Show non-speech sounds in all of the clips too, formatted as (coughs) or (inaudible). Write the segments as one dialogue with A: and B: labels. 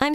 A: I'm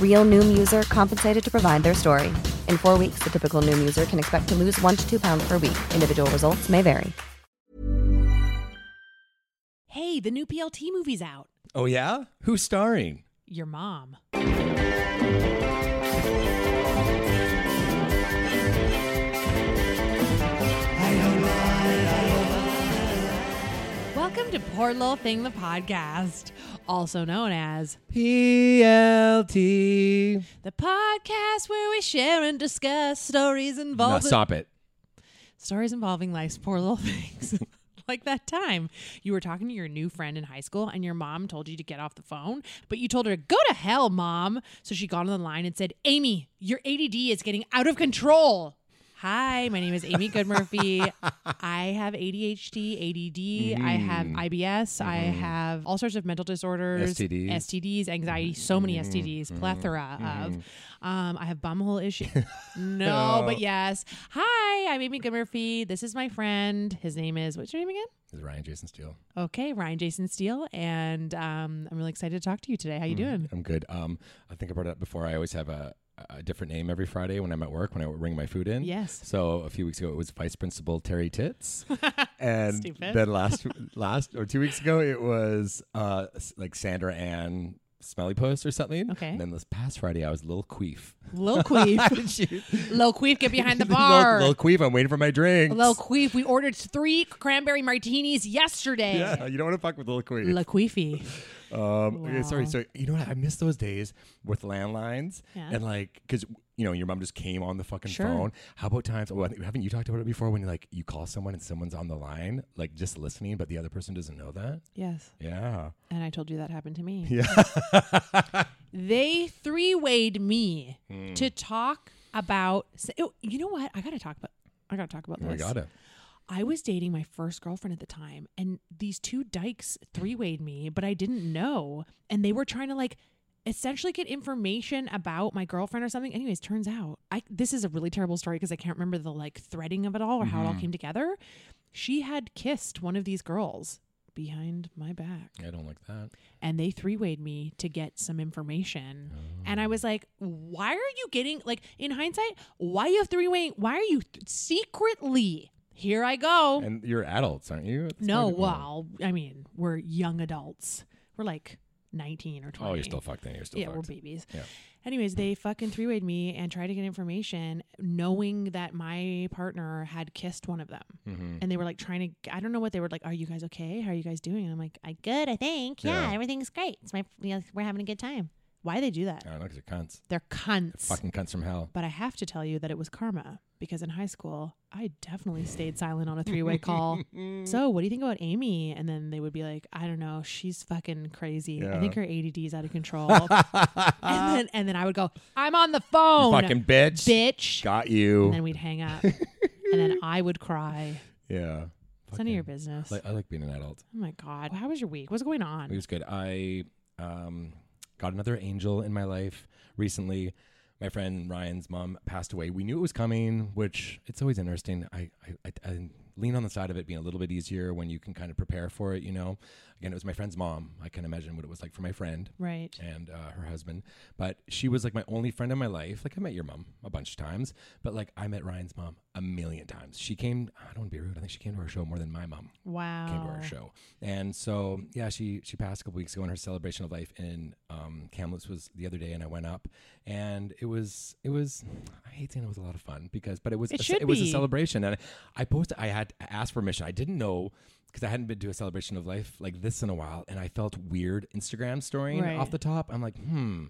B: Real Noom user compensated to provide their story. In four weeks, the typical Noom user can expect to lose one to two pounds per week. Individual results may vary.
C: Hey, the new PLT movie's out.
D: Oh yeah? Who's starring?
C: Your mom. Welcome to Poor Little Thing, the podcast, also known as
D: PLT.
C: the podcast where we share and discuss stories
D: No,
C: involving
D: stop it.
C: stories involving life's poor little (laughs) things. like that time you were talking to your new friend in high school and your mom told you to get off the phone, but you told her, go to hell, mom. So she got on the line and said, Amy, your ADD is getting out of control. Hi, my name is Amy Goodmurphy. I have ADHD, ADD, I have IBS, I have all sorts of mental disorders,
D: STDs.
C: STDs, anxiety, so many STDs, plethora of. Um, I have bumhole issues. no, but yes. Hi, I'm Amy Goodmurphy. This is my friend. His name is what's your name again?
D: Is Ryan Jason Steele?
C: Okay, Ryan Jason Steele, and um, I'm really excited to talk to you today. How you doing?
D: I'm good. Um, I think I brought it up before. I always have a, a different name every Friday when I'm at work when I bring my food in.
C: Yes.
D: So a few weeks ago it was Vice Principal Terry Tits,
C: (laughs)
D: and
C: Stupid.
D: then last last or two weeks ago it was uh s- like Sandra Ann Smelly Puss or something.
C: Okay.
D: And then this past Friday I was Lil Queef.
C: Lil
D: (laughs)
C: Queef,
D: She-
C: Lil Queef, get behind the
D: (laughs) Lil-
C: bar.
D: Lil, Queef, I'm waiting for my drinks.
C: Lil Queef, we ordered three cranberry martinis yesterday.
D: Yeah, you don't want to fuck with Lil Queef.
C: La Queefy.
D: Um, okay, Sorry,
C: Wow.
D: so you know what? I miss those days with landlines
C: Yeah.
D: and like because you know your mom just came on the fucking
C: Sure.
D: phone. How about times? Oh, I think- haven't you talked about it before? When like you call someone and someone's on the line, like just listening, but the other person doesn't know that.
C: Yes.
D: Yeah,
C: And I told you that happened to me.
D: yeah.
C: (laughs)
D: Hmm.
C: They three wayed me to talk about. oh, You know what? I gotta talk about. I gotta talk about this.
D: we Oh, got it.
C: I was dating my first girlfriend at the time, and these two dykes three wayed me, but I didn't know. And they were trying to like essentially get information about my girlfriend or something. Anyways, turns out I this is a really terrible story because I can't remember the like threading of it all or how it
D: Mm-hmm.
C: all came together. She had kissed one of these girls behind my back
D: I don't like that.
C: and they three wayed me to get some information. And
D: Oh.
C: I was like, why are you getting, like, in hindsight, why you three waying? Why are you th- secretly? Here I go.
D: And you're adults, aren't you? at
C: Oh.
D: this
C: no,
D: point? Oh.
C: well, I mean, we're young adults. We're like 19 or 20.
D: Oh, you're still fucked. Then you're still
C: Yeah,
D: fucked.
C: we're babies.
D: Yeah.
C: Anyways, they fucking three wayed me and tried to get information knowing that my partner had kissed one of them.
D: Mm-hmm.
C: And they were like trying to, I don't know what they were like, are you guys okay? How are you guys doing? And I'm like, I good, I think. Yeah,
D: Yeah.
C: everything's great. It's my, you know, we're having a good time. Why they do that?
D: I don't know because you're cunts.
C: They're cunts.
D: Fucking cunts from hell.
C: But I have to tell you that it was karma because in high school, I definitely stayed silent on a three way
D: (laughs)
C: call. so, what do you think about Amy? And then they would be like, I don't know. She's fucking crazy. I
D: Yeah.
C: think her ADD is out of
D: (laughs)
C: control. and, then, and then I would go, I'm on the phone.
D: You fucking bitch.
C: bitch.
D: Got
C: And then
D: you.
C: we'd hang up. and then I would cry.
D: yeah.
C: It's none of your
D: Fucking-
C: business.
D: Like, I like being an adult.
C: oh my God. How was your week? What's going on?
D: It was good. I um, got another angel in my life recently. My friend Ryan's mom passed away. We knew it was coming, which it's always interesting. I I, I, I lean on the side of it being a little bit easier when you can kind of prepare for it, you know. Again, it was my friend's mom. I can imagine what it was like for my friend
C: Right.
D: and uh, her husband. But she was like my only friend in my life. Like I met your mom a bunch of times, but like I met Ryan's mom a million times. She came. I don't want to be rude. I think she came to our show more than my mom
C: Wow.
D: came to our show. And so yeah, she she passed a couple weeks ago, and her celebration of life in um, Kamloops was the other day, and I went up, and it was it was I hate saying it was a lot of fun because but it was
C: It
D: a, ce-
C: should
D: it was a
C: be.
D: celebration, and I, I posted I had asked permission. I didn't know. Because I hadn't been to a celebration of life like this in a while, and I felt weird Instagram storying
C: Right.
D: off the top. I'm like, hmm.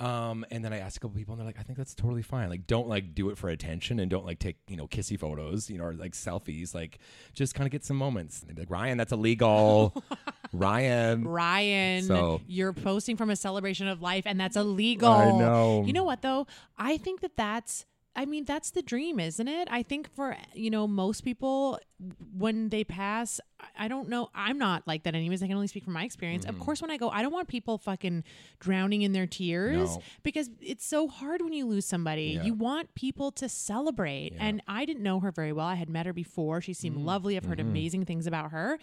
D: Um, and then I asked a couple people, and they're like, I think that's totally fine. Like, don't like do it for attention, and don't like take you know kissy photos, you know, or like selfies. Like, just kind of get some moments. And they'd be like, Ryan,
C: (laughs)
D: that's illegal. Ryan,
C: Ryan,
D: Mm-hmm. So-
C: you're posting from a celebration of life, and that's illegal.
D: I know.
C: You know what though? I think that that's. I mean, that's the dream, isn't it? I think for you know most people, when they pass, I- I don't know. I'm not like that, anyways. I can only speak from my experience.
D: Mm.
C: Of course, when I go, I don't want people fucking drowning in their tears
D: No.
C: because it's so hard when you lose somebody.
D: Yeah.
C: You want people to celebrate, and I didn't know her very well. I had met her before. She
D: Mm.
C: seemed lovely. I've heard
D: Mm-hmm.
C: amazing things about her,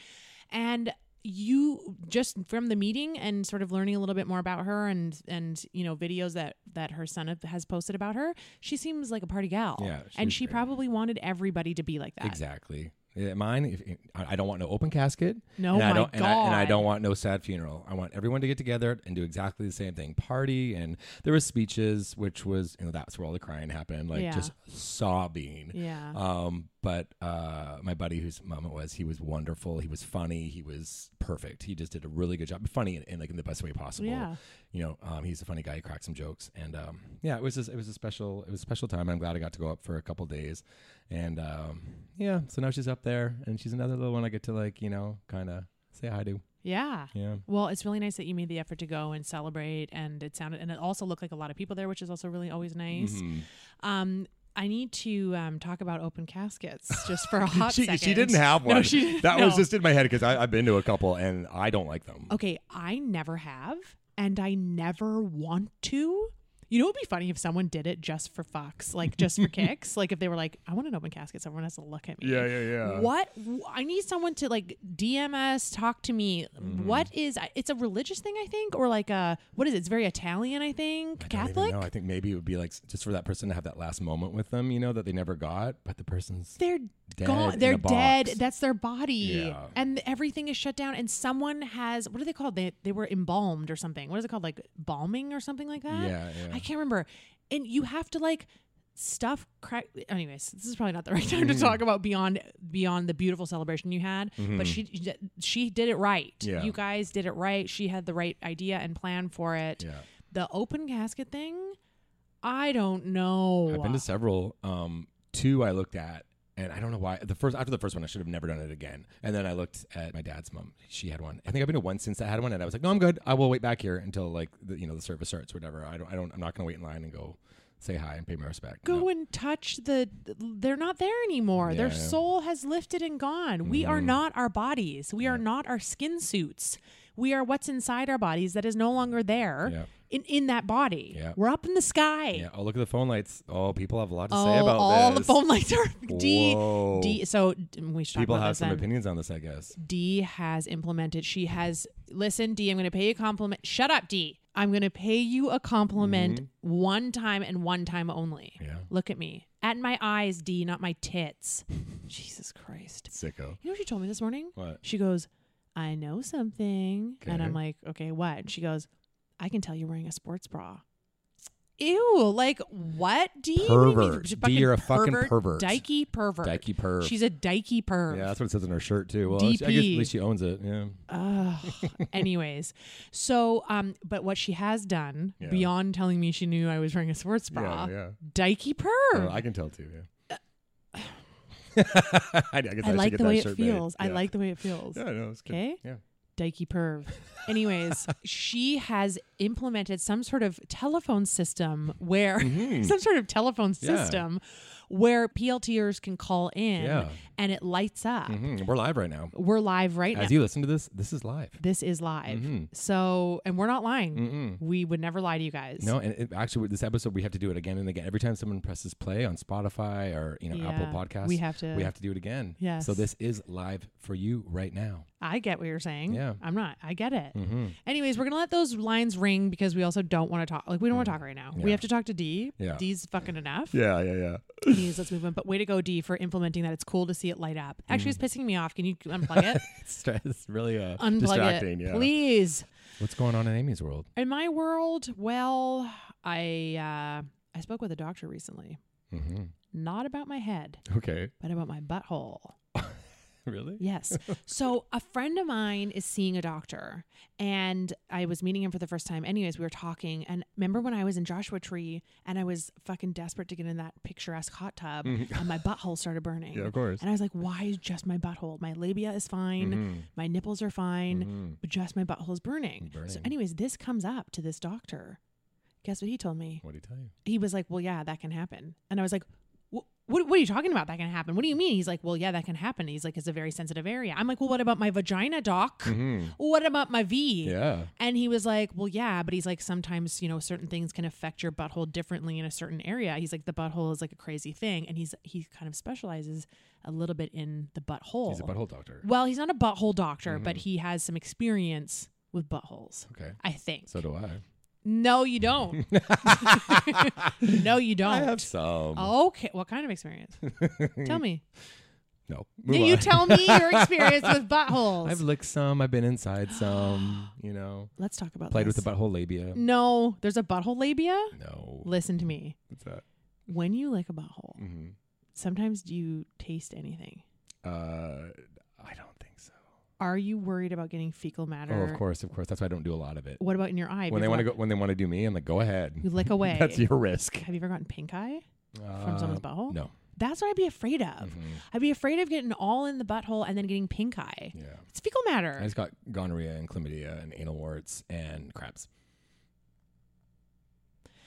C: and you just from the meeting and sort of learning a little bit more about her and and you know videos that that her son have- has posted about her she seems like a party gal
D: Yeah, she
C: and
D: was
C: she
D: great.
C: probably wanted everybody to be like that
D: exactly. Yeah, Mine, if, I I don't want no open casket.
C: No,
D: and I
C: my
D: don't, and I, and I
C: God.
D: don't want no sad funeral. I want everyone to get together and do exactly the same thing. Party, and there was speeches, which was you know that's where all the crying happened, like
C: Yeah.
D: just sobbing.
C: yeah
D: Um, but uh, my buddy, whose mom it was, he was wonderful. He was funny. He was perfect. He just did a really good job. Funny in, in like in the best way possible.
C: Yeah.
D: You know, um, he's a funny guy. He cracked some jokes, and um, yeah, it was just, it was a special it was a special time. I'm glad I got to go up for a couple days, and um, yeah, so now she's up there, and she's another little one I get to like you know kind of say hi to.
C: yeah
D: Yeah.
C: well it's really nice that you made the effort to go and celebrate and it sounded and it also looked like a lot of people there which is also really always nice
D: Mm-hmm.
C: um I need to um, talk about open caskets just
D: (laughs)
C: for a hot
D: She,
C: second.
D: she didn't have one.
C: No, she didn't.
D: that was
C: (laughs) no.
D: just in my head because I've been to a couple and I don't like them.
C: Okay, I never have, and I never want to. You know, it'd be funny if someone did it just for fucks, like just
D: (laughs)
C: for kicks. Like if they were like, "I want an open casket, so everyone has to look at me."
D: Yeah, yeah, yeah.
C: What? I need someone to like DMS, talk to me.
D: Mm-hmm.
C: What is? It's a religious thing, I think, or like a what is it? It's very Italian, I think.
D: I
C: Catholic.
D: don't even know. I think maybe it would be like s- just for that person to have that last moment with them, you know, that they never got, but the person's
C: They're
D: Dead in
C: gone. They're
D: a box.
C: dead. That's their body,
D: Yeah.
C: and everything is shut down. And someone has what are they called? They they were embalmed or something. What is it called? Like balming or something like that.
D: Yeah, yeah.
C: I can't remember. And you have to like stuff. Cra- Anyways, this is probably not the (laughs) right time
D: Mm.
C: to talk about beyond beyond the beautiful celebration you had. But she she did it right.
D: Mm-hmm. Yeah.
C: You guys did it right. She had the right idea and plan for it.
D: yeah.
C: The open casket thing. I don't know.
D: I've been to several. Um, two I looked at, and I don't know why. The first after the first one, I should have never done it again. And then I looked at my dad's mom; she had one. I think I've been to one since I had one, and I was like, "No, I'm good. I will wait back here until like the, you know the service starts, whatever. I don't, I don't, I'm not going to wait in line and go say hi and pay my respect.
C: go
D: No.
C: and touch the they're not there anymore their
D: Yeah. Mm-hmm.
C: soul has lifted and gone we are not our bodies we are not our skin suits we are what's inside our bodies that is no longer there
D: Yeah.
C: in, in that body
D: Yeah.
C: we're up in the sky
D: yeah. Oh, look at the phone lights. Oh, people have a lot to
C: oh
D: say about
C: all
D: this.
C: the phone lights are (laughs) d
D: Whoa.
C: d so d- we should talk
D: People
C: about
D: have
C: this
D: some
C: then.
D: opinions on this, I guess.
C: D has implemented. She has listen, D, I'm gonna pay you a compliment. Shut up, D. I'm gonna pay you a compliment one time and one time only.
D: Mm-hmm. Yeah.
C: Look at me. At my eyes, D, not my
D: (laughs)
C: tits. Jesus Christ.
D: Sicko.
C: You know what she told me this morning?
D: What?
C: She goes, I know something. And I'm
D: Okay.
C: like, okay, what? And she goes, I can tell you're wearing a sports bra. Ew, like what? D? What do you mean?
D: Pervert.
C: She's a
D: D, you're a fucking pervert.
C: Dykey pervert.
D: Dykey perv.
C: She's a dykey perv.
D: Yeah, that's what it says in her shirt too. Well, she- I guess at
C: DP.
D: least she owns it. Yeah.
C: Ugh. Anyways, so um, but what she has done
D: Yeah.
C: beyond telling me she knew I was wearing a sports bra,
D: Yeah, yeah.
C: dykey perv.
D: Oh, I can tell too. Yeah. (laughs) I, guess
C: Uh, I
D: should
C: like
D: get
C: the
D: that
C: way it
D: shirt made.
C: feels. I
D: Yeah.
C: like the way it feels.
D: Yeah, no, it's good.
C: 'Kay?
D: Yeah.
C: Dykey
D: (laughs)
C: perv. Anyways, she has implemented (laughs) some sort of telephone system where some sort of telephone
D: Mm-hmm. Yeah.
C: system where PLTers can call in
D: Yeah.
C: and it lights up.
D: Mhm. We're live right now.
C: We're live right now.
D: As you listen to this, this is live.
C: this is live. So, and we're not lying.
D: Mm-mm.
C: We would never lie to you guys.
D: No, and it, actually, with this episode, we have to do it again and again. Every time someone presses play on Spotify or you know Apple
C: Yeah,
D: Podcasts,
C: we have to-
D: we have to do it again.
C: Yes.
D: So this is live for you right now. Mm-hmm.
C: I get what you're saying.
D: Yeah. Mm.
C: I'm not. I get it. Anyways, we're gonna let those lines ring because we also don't want to talk. Like we don't want to talk right now. We have to talk to D.
D: Mm. Yeah.
C: D's fucking enough.
D: Yeah, yeah, yeah.
C: News, let's move on. But way to go, D, for implementing that. It's cool to see it light up. Actually,
D: Mm.
C: it's pissing me off. Can you unplug it?
D: (laughs) (laughs) It's, it's really uh,
C: Unplug
D: distracting.
C: it,
D: yeah.
C: please.
D: What's going on in Amy's world?
C: In my world, well, I uh, I spoke with a doctor recently.
D: hmm
C: Not about my head,
D: Okay.
C: but about my butthole.
D: Really? (laughs)
C: Yes. So a friend of mine is seeing a doctor, and I was meeting him for the first time. Anyways, we were talking, and remember when I was in Joshua Tree and I was fucking desperate to get in that picturesque hot tub, and my butthole started burning.
D: Mm-hmm. Yeah, of course. Mm-hmm.
C: And I was like, "Why is just my butthole? My labia is fine, my nipples are fine, but just my butthole is burning." So,
D: Burning.
C: anyways, this comes up to this doctor. Guess what he told me?
D: What do you tell you?
C: he was like, "Well, yeah, that can happen," and I was like, "Wh- "What? What are you talking about? That can happen? What do you mean?" He's like, "Well, yeah, that can happen." He's like, "It's a very sensitive area." I'm like, "Well, what about my vagina, doc? What about my V?"
D: Mm-hmm. Yeah.
C: And he was like, "Well, yeah," but he's like, "Sometimes you know certain things can affect your butthole differently in a certain area." He's like, "The butthole is like a crazy thing," and he's he kind of specializes a little bit in the butthole.
D: He's a butthole doctor. Mm-hmm.
C: Well, he's not a butthole doctor, but he has some experience with buttholes.
D: Okay.
C: I think.
D: So do I.
C: No, you
D: (laughs)
C: don't. no, you don't. Oh.
D: I have some.
C: Okay, what kind of experience? tell me.
D: (laughs) No.
C: Yeah,
D: Move
C: you
D: on. (laughs)
C: tell me your experience with buttholes.
D: I've licked some. I've been
C: (gasps)
D: inside some. You know,
C: Let's talk about
D: played
C: this.
D: with the butthole labia.
C: Mm. No, there's a butthole labia.
D: No.
C: Listen to me.
D: What's that?
C: When you lick a butthole,
D: Mm-hmm.
C: sometimes do you taste anything?
D: Uh, I don't think so.
C: Are you worried about getting fecal matter?
D: Oh, of course, of course. That's why I don't do a lot of it.
C: What about in your eye? Have
D: When
C: you
D: they want to
C: ever
D: go, when they want to do me, I'm like, go ahead.
C: You
D: (laughs)
C: lick away.
D: That's your risk. Uh,
C: got- Have you ever gotten pink eye?
D: From
C: someone's butthole?
D: No.
C: That's what I'd be afraid of.
D: Mm-hmm.
C: I'd be afraid of getting all in the butthole and then getting pink eye.
D: Yeah.
C: It's fecal matter.
D: I just got gonorrhea and chlamydia and anal warts and crabs.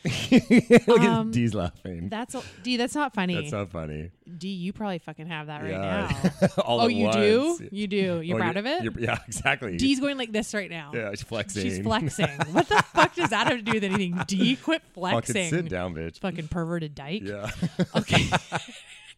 D: (laughs) Look
C: Um,
D: at D's laughing.
C: That's a, D. That's not funny.
D: That's so funny.
C: D, you probably fucking have that right
D: Yeah.
C: now.
D: (laughs) All
C: oh,
D: at
C: you
D: once.
C: do? You do. You're
D: Oh,
C: proud of it?
D: you're- yeah, (laughs) exactly.
C: D's going like this right now.
D: yeah, she's flexing.
C: She's flexing.
D: (laughs)
C: what the fuck does that have to do with anything? D, quit flexing.
D: Fucking sit down, bitch.
C: Fucking perverted dyke.
D: Yeah.
C: (laughs)
D: (laughs)
C: Okay.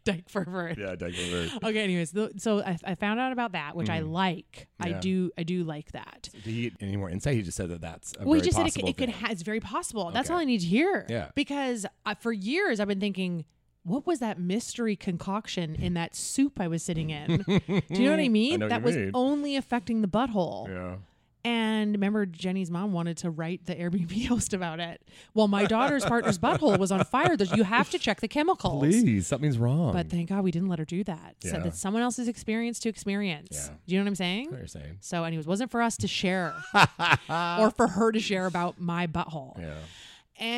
C: dyke pervert.
D: yeah, Doug Lillard.
C: Okay. Anyways, th- so I, I found out about that, which I like. I
D: Mm-hmm. Yeah.
C: do. I do like that.
D: Did he get any more insight? He just said that that's a
C: well, he
D: very
C: just said it, c-
D: possible
C: it could.
D: thing.
C: Ha- it's very possible. That's
D: Okay.
C: all I need to hear.
D: Yeah.
C: Because I, for years I've been thinking, what was that mystery concoction in that soup I was sitting
D: (laughs)
C: in? Do you know what I mean?
D: know what
C: that
D: you
C: was
D: mean.
C: only affecting the butthole.
D: Yeah.
C: And remember, Jenny's mom wanted to write the Airbnb (laughs) host about it. Well, my daughter's partner's butthole was on fire. There's, you have to check the chemicals.
D: Please, something's wrong.
C: But thank God we didn't let her do that. So
D: Yeah.
C: that someone else's experience to experience.
D: Yeah.
C: Do you know what I'm saying?
D: I know what you're saying.
C: So, anyways, wasn't for us to
D: (laughs)
C: share or for her to share about my butthole.
D: Yeah.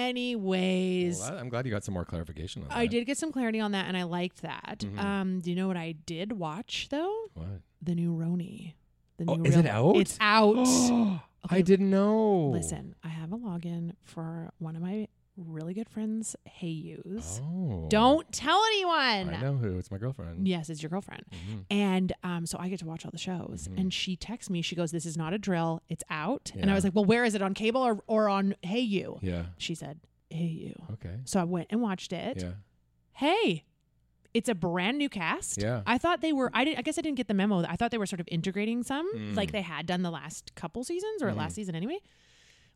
C: Anyways,
D: Well, I- I'm glad you got some more clarification on that.
C: I did get some clarity on that and I liked that.
D: Mm-hmm.
C: Um, do you know what I did watch though?
D: What?
C: The new Roni. The
D: Oh,
C: new
D: is it out?
C: It's
D: (gasps)
C: out.
D: I didn't know.
C: Listen, I have a login for one of my really good friends, Hey Yous.
D: Oh.
C: Don't tell
D: I
C: anyone.
D: know who. It's my girlfriend. Mm-hmm.
C: Yes, it's your girlfriend.
D: Mm.
C: And um, so I get to watch all the shows. And she texts me, she goes, This is not a drill, it's out. And I
D: Yeah.
C: was like, Well, where is it? On cable or, or on Hey You?
D: Yeah.
C: She said, Hey You.
D: Okay.
C: So I went and watched it.
D: Yeah.
C: Hey, it's a brand new cast.
D: Yeah.
C: I thought they were I did I guess I didn't get the memo. I thought they were sort of integrating some,
D: Mm.
C: like they had done the last couple seasons or
D: Mm-hmm.
C: last season anyway.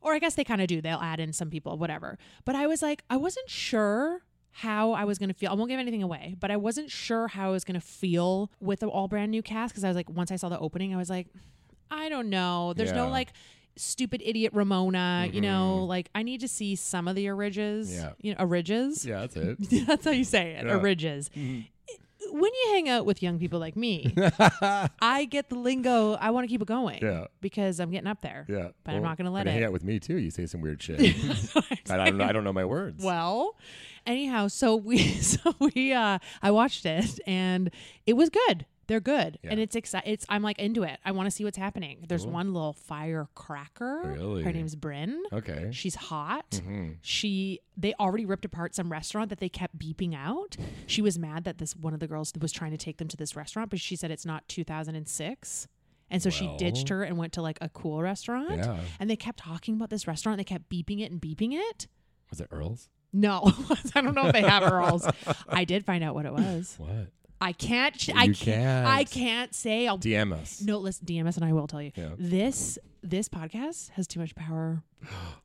C: Or I guess they kind of do. They'll add in some people, whatever. But I was like, I wasn't sure how I was going to feel. I won't give anything away, but I wasn't sure how I was going to feel with the all brand new cast because I was like, once I saw the opening, I was like, I don't know. There's no
D: Yeah. Mm-hmm.
C: like stupid idiot Ramona, you know, like I need to see some of the origes,
D: Yeah.
C: you know, origes.
D: Yeah,
C: (laughs)
D: that's it.
C: That's how you say it. Oridges.
D: Mm-hmm.
C: When you hang out with young people like
D: (laughs)
C: me, I get the lingo. I want to keep it going.
D: Yeah.
C: Because I'm getting up there.
D: Yeah.
C: But I'm not going to let
D: but Hang
C: it.
D: out with me too. You say
C: (laughs)
D: some weird shit. (laughs) I, I don't know. I don't know my words.
C: Well, (laughs) anyhow, so we so we uh I watched it and it was good. They're good,
D: Yeah.
C: and it's exciting. It's I'm like into it. I want to see what's happening. There's
D: Cool.
C: one little firecracker.
D: Really?
C: her name's Bryn.
D: Okay.
C: She's hot.
D: Mhm.
C: She they already ripped apart some restaurant that they kept beeping out. She was mad that this one of the girls was trying to take them to this restaurant, but she said it's not 2006. And so she ditched
D: Well.
C: her and went to like a cool restaurant.
D: Yeah.
C: And they kept talking about this restaurant. They kept beeping it and beeping it.
D: Was it Earl's?
C: No, (laughs) I don't know if they have
D: (laughs)
C: Earls. I did find out what it was.
D: What?
C: I can't. I
D: You
C: can't. I
D: can't.
C: can't say. I'll
D: DM us.
C: no, listen, DMS and I will tell you.
D: Yeah.
C: This this podcast has too much
D: (gasps)
C: power.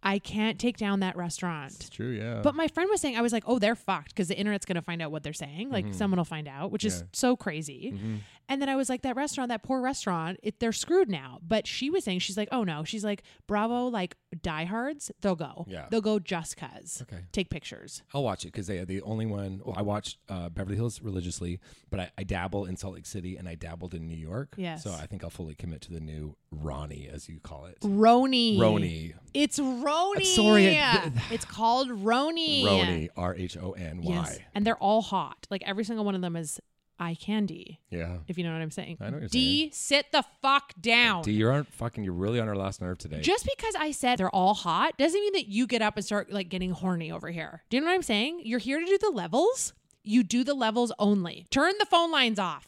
C: I can't take down that
D: It's
C: restaurant.
D: true, yeah.
C: But my friend was saying, I was like, oh, they're fucked because the internet's going to find out what they're saying. Like, someone will find out, which is
D: Mm-hmm. Yeah. Mm-hmm.
C: so crazy. And then I was like, that restaurant, that poor restaurant, it, they're screwed now. But she was saying, she's like, oh no. She's like, bravo, like diehards, they'll go.
D: Yeah.
C: They'll go just because.
D: Okay.
C: Take pictures.
D: I'll watch it because they are the only one. Well, I watched uh, Beverly Hills religiously, but I, I dabble in Salt Lake City and I dabbled in New York.
C: Yes.
D: So I think I'll fully commit to the new Ronnie, as you call it.
C: Roni.
D: Roni.
C: It's Roni.
D: Sorry, it-
C: it's called Roni.
D: Roni, R H O N Y.
C: And they're all hot. Like every single one of them is eye candy,
D: Yeah.
C: if you know what I'm saying.
D: I know what you're
C: D, sit the fuck down.
D: D, you're on fucking, you're really on our last nerve today.
C: Just because I said they're all hot doesn't mean that you get up and start like getting horny over here. Do you know what I'm saying? You're here to do the levels. You do the levels only. Turn the phone lines off.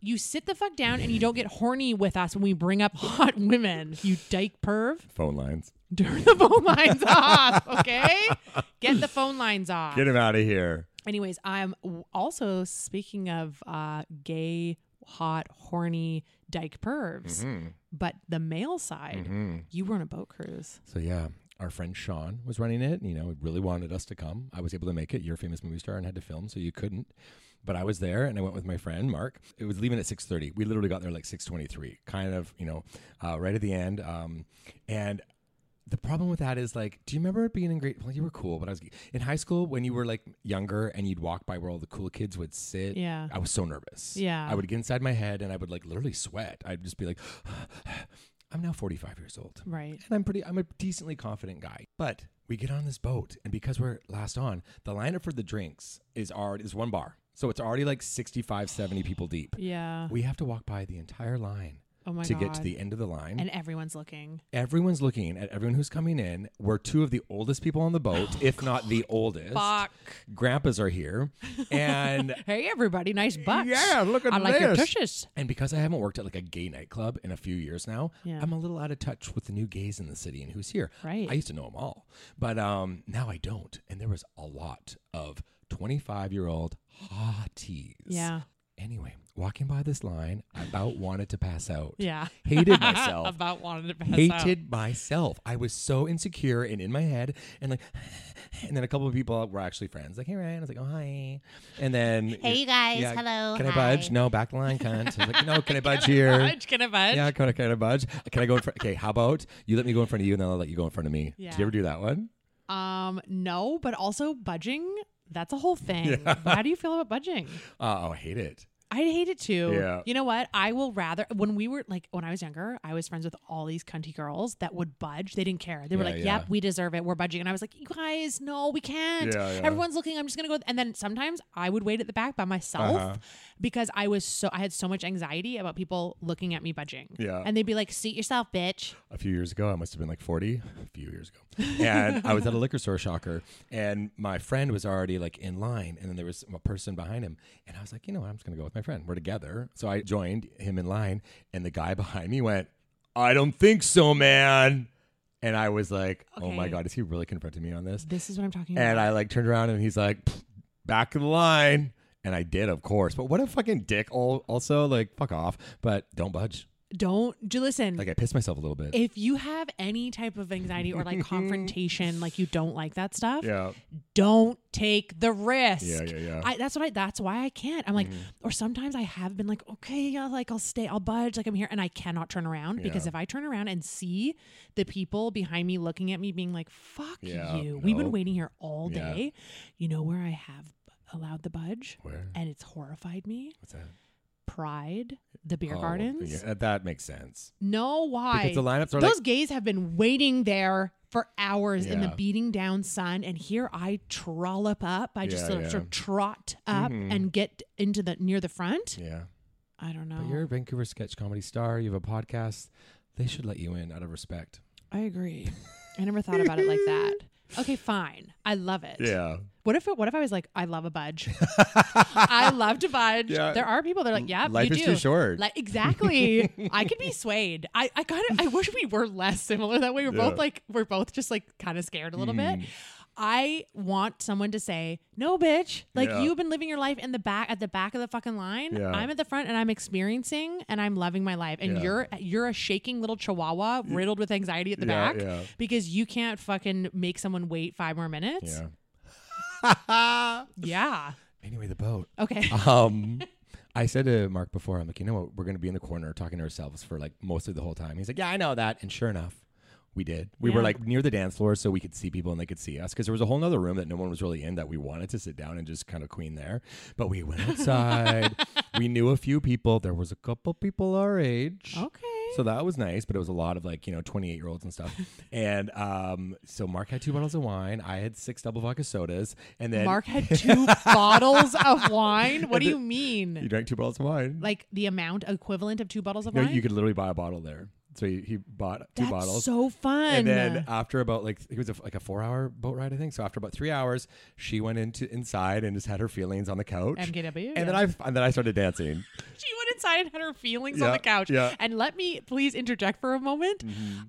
C: You sit the fuck down and you don't get horny with us when we bring up (laughs) hot women. You dyke perv.
D: Phone lines.
C: Turn the phone
D: (laughs)
C: lines off, okay? Get the phone lines off.
D: Get him out of here.
C: Anyways, I'm w- also speaking of uh, gay, hot, horny dyke pervs,
D: Mm-hmm.
C: but the male side, you were on a boat cruise.
D: So yeah, our friend Sean was running it. and, You know, he really wanted us to come. I was able to make it. You're a famous movie star and had to film, so you couldn't. But I was there, and I went with my friend Mark. It was leaving at six thirty. We literally got there like six twenty three, kind of, you know, uh, right at the end. Um, and the problem with that is like, do you remember being in grade? Well, you were cool, but I was in high school when you were like younger and you'd walk by where all the cool kids would sit.
C: Yeah.
D: I was so nervous.
C: Yeah.
D: I would get inside my head and I would like literally sweat. I'd just be like, (sighs) I'm now forty five years old
C: Right.
D: and I'm pretty I'm a decently confident guy. But we get on this boat and because we're last on, the lineup for the drinks is already is one bar. So it's already like 65 70 people deep.
C: Yeah.
D: We have to walk by the entire line
C: Oh my
D: to
C: God.
D: get to the end of the line.
C: And everyone's looking.
D: Everyone's looking at everyone who's coming in. We're two of the oldest people on the boat, if not the oldest.
C: Oh Fuck.
D: Grandpas
C: (laughs)
D: are here. And
C: Hey, everybody. Nice butts.
D: Yeah, look at
C: I like your
D: this.
C: tushes.
D: And because I haven't worked at like a gay nightclub in a few years now,
C: Yeah.
D: I'm a little out of touch with the new gays in the city and who's here.
C: Right.
D: I used to know them all, but um, now I don't. And there was a lot of 25 year old hotties.
C: Yeah.
D: Anyway, walking by this line, I about wanted to pass out.
C: Yeah. (laughs)
D: Hated myself.
C: About wanted to pass out.
D: Hated myself. I was so insecure and in my head, and like, (sighs) and then a couple of people were actually friends. Like, hey Ryan, I was like, oh hi, and then (laughs) hey you guys, hello. Can I budge? No, back line, cunt. I was like, (laughs) no, can I budge here?
C: Budge, Can I budge?
D: Yeah, can I, can I budge? Can I go in front? Okay, how about you let me go in front of you, and then I'll let you go in front of me.
C: Yeah.
D: Did you ever do that one?
C: Um, no, but also budging, that's a whole
D: (laughs)
C: thing. How do you feel about budging?
D: Uh, oh, I hate it.
C: I hate it too.
D: Yeah.
C: You know what? I will rather when we were like when I was younger, I was friends with all these cunty girls that would budge. They didn't care. They were
D: Yeah,
C: like,
D: yeah.
C: "Yep, we deserve it. We're budging." And I was like, "You guys, no, we can't.
D: Yeah, yeah.
C: Everyone's looking. I'm just gonna go." And then sometimes I would wait at the back by myself
D: Uh-huh.
C: because I was so I had so much anxiety about people looking at me budging.
D: Yeah.
C: And they'd be like, "Seat yourself, bitch."
D: a few years ago. I must have been like 40, (laughs) a few years ago. And I was at a liquor store, shocker, and my friend was already like in line. And then there was a person behind him. And I was like, you know what? I'm just going to go with my friend. We're together. So I joined him in line. And the guy (laughs) behind me went, I don't think so, man. And I was like, oh my
C: Okay.
D: God, is he really confronting me on this?
C: This is what I'm talking
D: And
C: about.
D: I like turned around and he's like, "Pfft, back of the line. And I did, of course. But what a fucking dick. al- Also, like, fuck off. But don't budge.
C: Don't do listen.
D: Like, I pissed myself a little bit.
C: if you have any type of anxiety or
D: (laughs)
C: like confrontation, like you don't like that stuff, don't take the risk.
D: Yeah, yeah, yeah. Mm-hmm.
C: I, that's what I. That's why I can't. I'm like, or sometimes I have been like, okay, yeah, like I'll stay, I'll budge, like I'm here, and I cannot turn around because
D: Yeah.
C: if I turn around and see the people behind me looking at me, being like, "Fuck
D: Yeah,
C: you," we've been
D: no.
C: waiting here all
D: Yeah.
C: day. You know where I have allowed the budge,
D: Where?
C: and it's horrified me.
D: What's that?
C: Pride, the beer
D: Oh,
C: gardens.
D: yeah, that makes sense.
C: No, why?
D: Because the lineups are
C: Those
D: like-
C: gays have been waiting there for hours in the
D: Yeah.
C: beating down sun, and here I trollop up. I just
D: Yeah,
C: sort, of,
D: yeah.
C: sort of trot up and get into the near the front.
D: Yeah.
C: I don't know.
D: But you're a Vancouver sketch comedy star. You have a podcast. They should let you in out of respect.
C: I agree. I never thought about it like that.
D: (laughs)
C: Okay, fine. I love it. What if it, what if I was like, I love a
D: (laughs)
C: budge. I love to budge.
D: Yeah.
C: There are people that are like, yeah,
D: Life
C: you
D: is
C: do.
D: too short.
C: Like,
D: (laughs)
C: exactly. I could be swayed. I, I kind of I wish we were less similar that way. We're both like we're both just like kind of scared a little
D: Mm.
C: bit. I want someone to say, "No, bitch! Like
D: Yeah.
C: you've been living your life in the back at the back of the fucking line.
D: Yeah.
C: I'm at the front and I'm experiencing and I'm loving my life. And
D: Yeah.
C: you're you're a shaking little chihuahua riddled with anxiety at the
D: Yeah,
C: back
D: yeah.
C: because you can't fucking make someone wait five more minutes.
D: Yeah.
C: (laughs)
D: (laughs)
C: Yeah.
D: Anyway, the boat.
C: Okay.
D: Um, I said to Mark before, I'm like, you know what? We're going to be in the corner talking to ourselves for like mostly the whole time. He's like, yeah, I know that. And sure enough, we did. We
C: Yeah.
D: were like near the dance floor so we could see people and they could see us because there was a whole other room that no one was really in that we wanted to sit down and just kind of queen there. But we went
C: (laughs)
D: outside. we knew a few people. There was a couple people our age.
C: okay.
D: So that was nice, but it was a lot of like, you know, 28 year olds and stuff.
C: (laughs)
D: and um, so Mark had two bottles of wine. I had six double vodka sodas. And then
C: Mark had
D: (laughs)
C: two bottles of wine. What do
D: And
C: you
D: the-
C: mean?
D: You drank two bottles of wine.
C: like the amount equivalent of two bottles of
D: No,
C: wine?
D: you could literally buy a bottle there. So he, he bought two
C: That's
D: bottles.
C: so fun.
D: and then after about like it was a, like a four hour boat ride, I think. So after about three hours, she went into inside and just had her feelings on the couch.
C: MKW,
D: And then
C: yeah.
D: I and then I started dancing.
C: she went inside and had her feelings on
D: Yeah,
C: the couch.
D: yeah. Mm-hmm.
C: And let me please interject for a moment.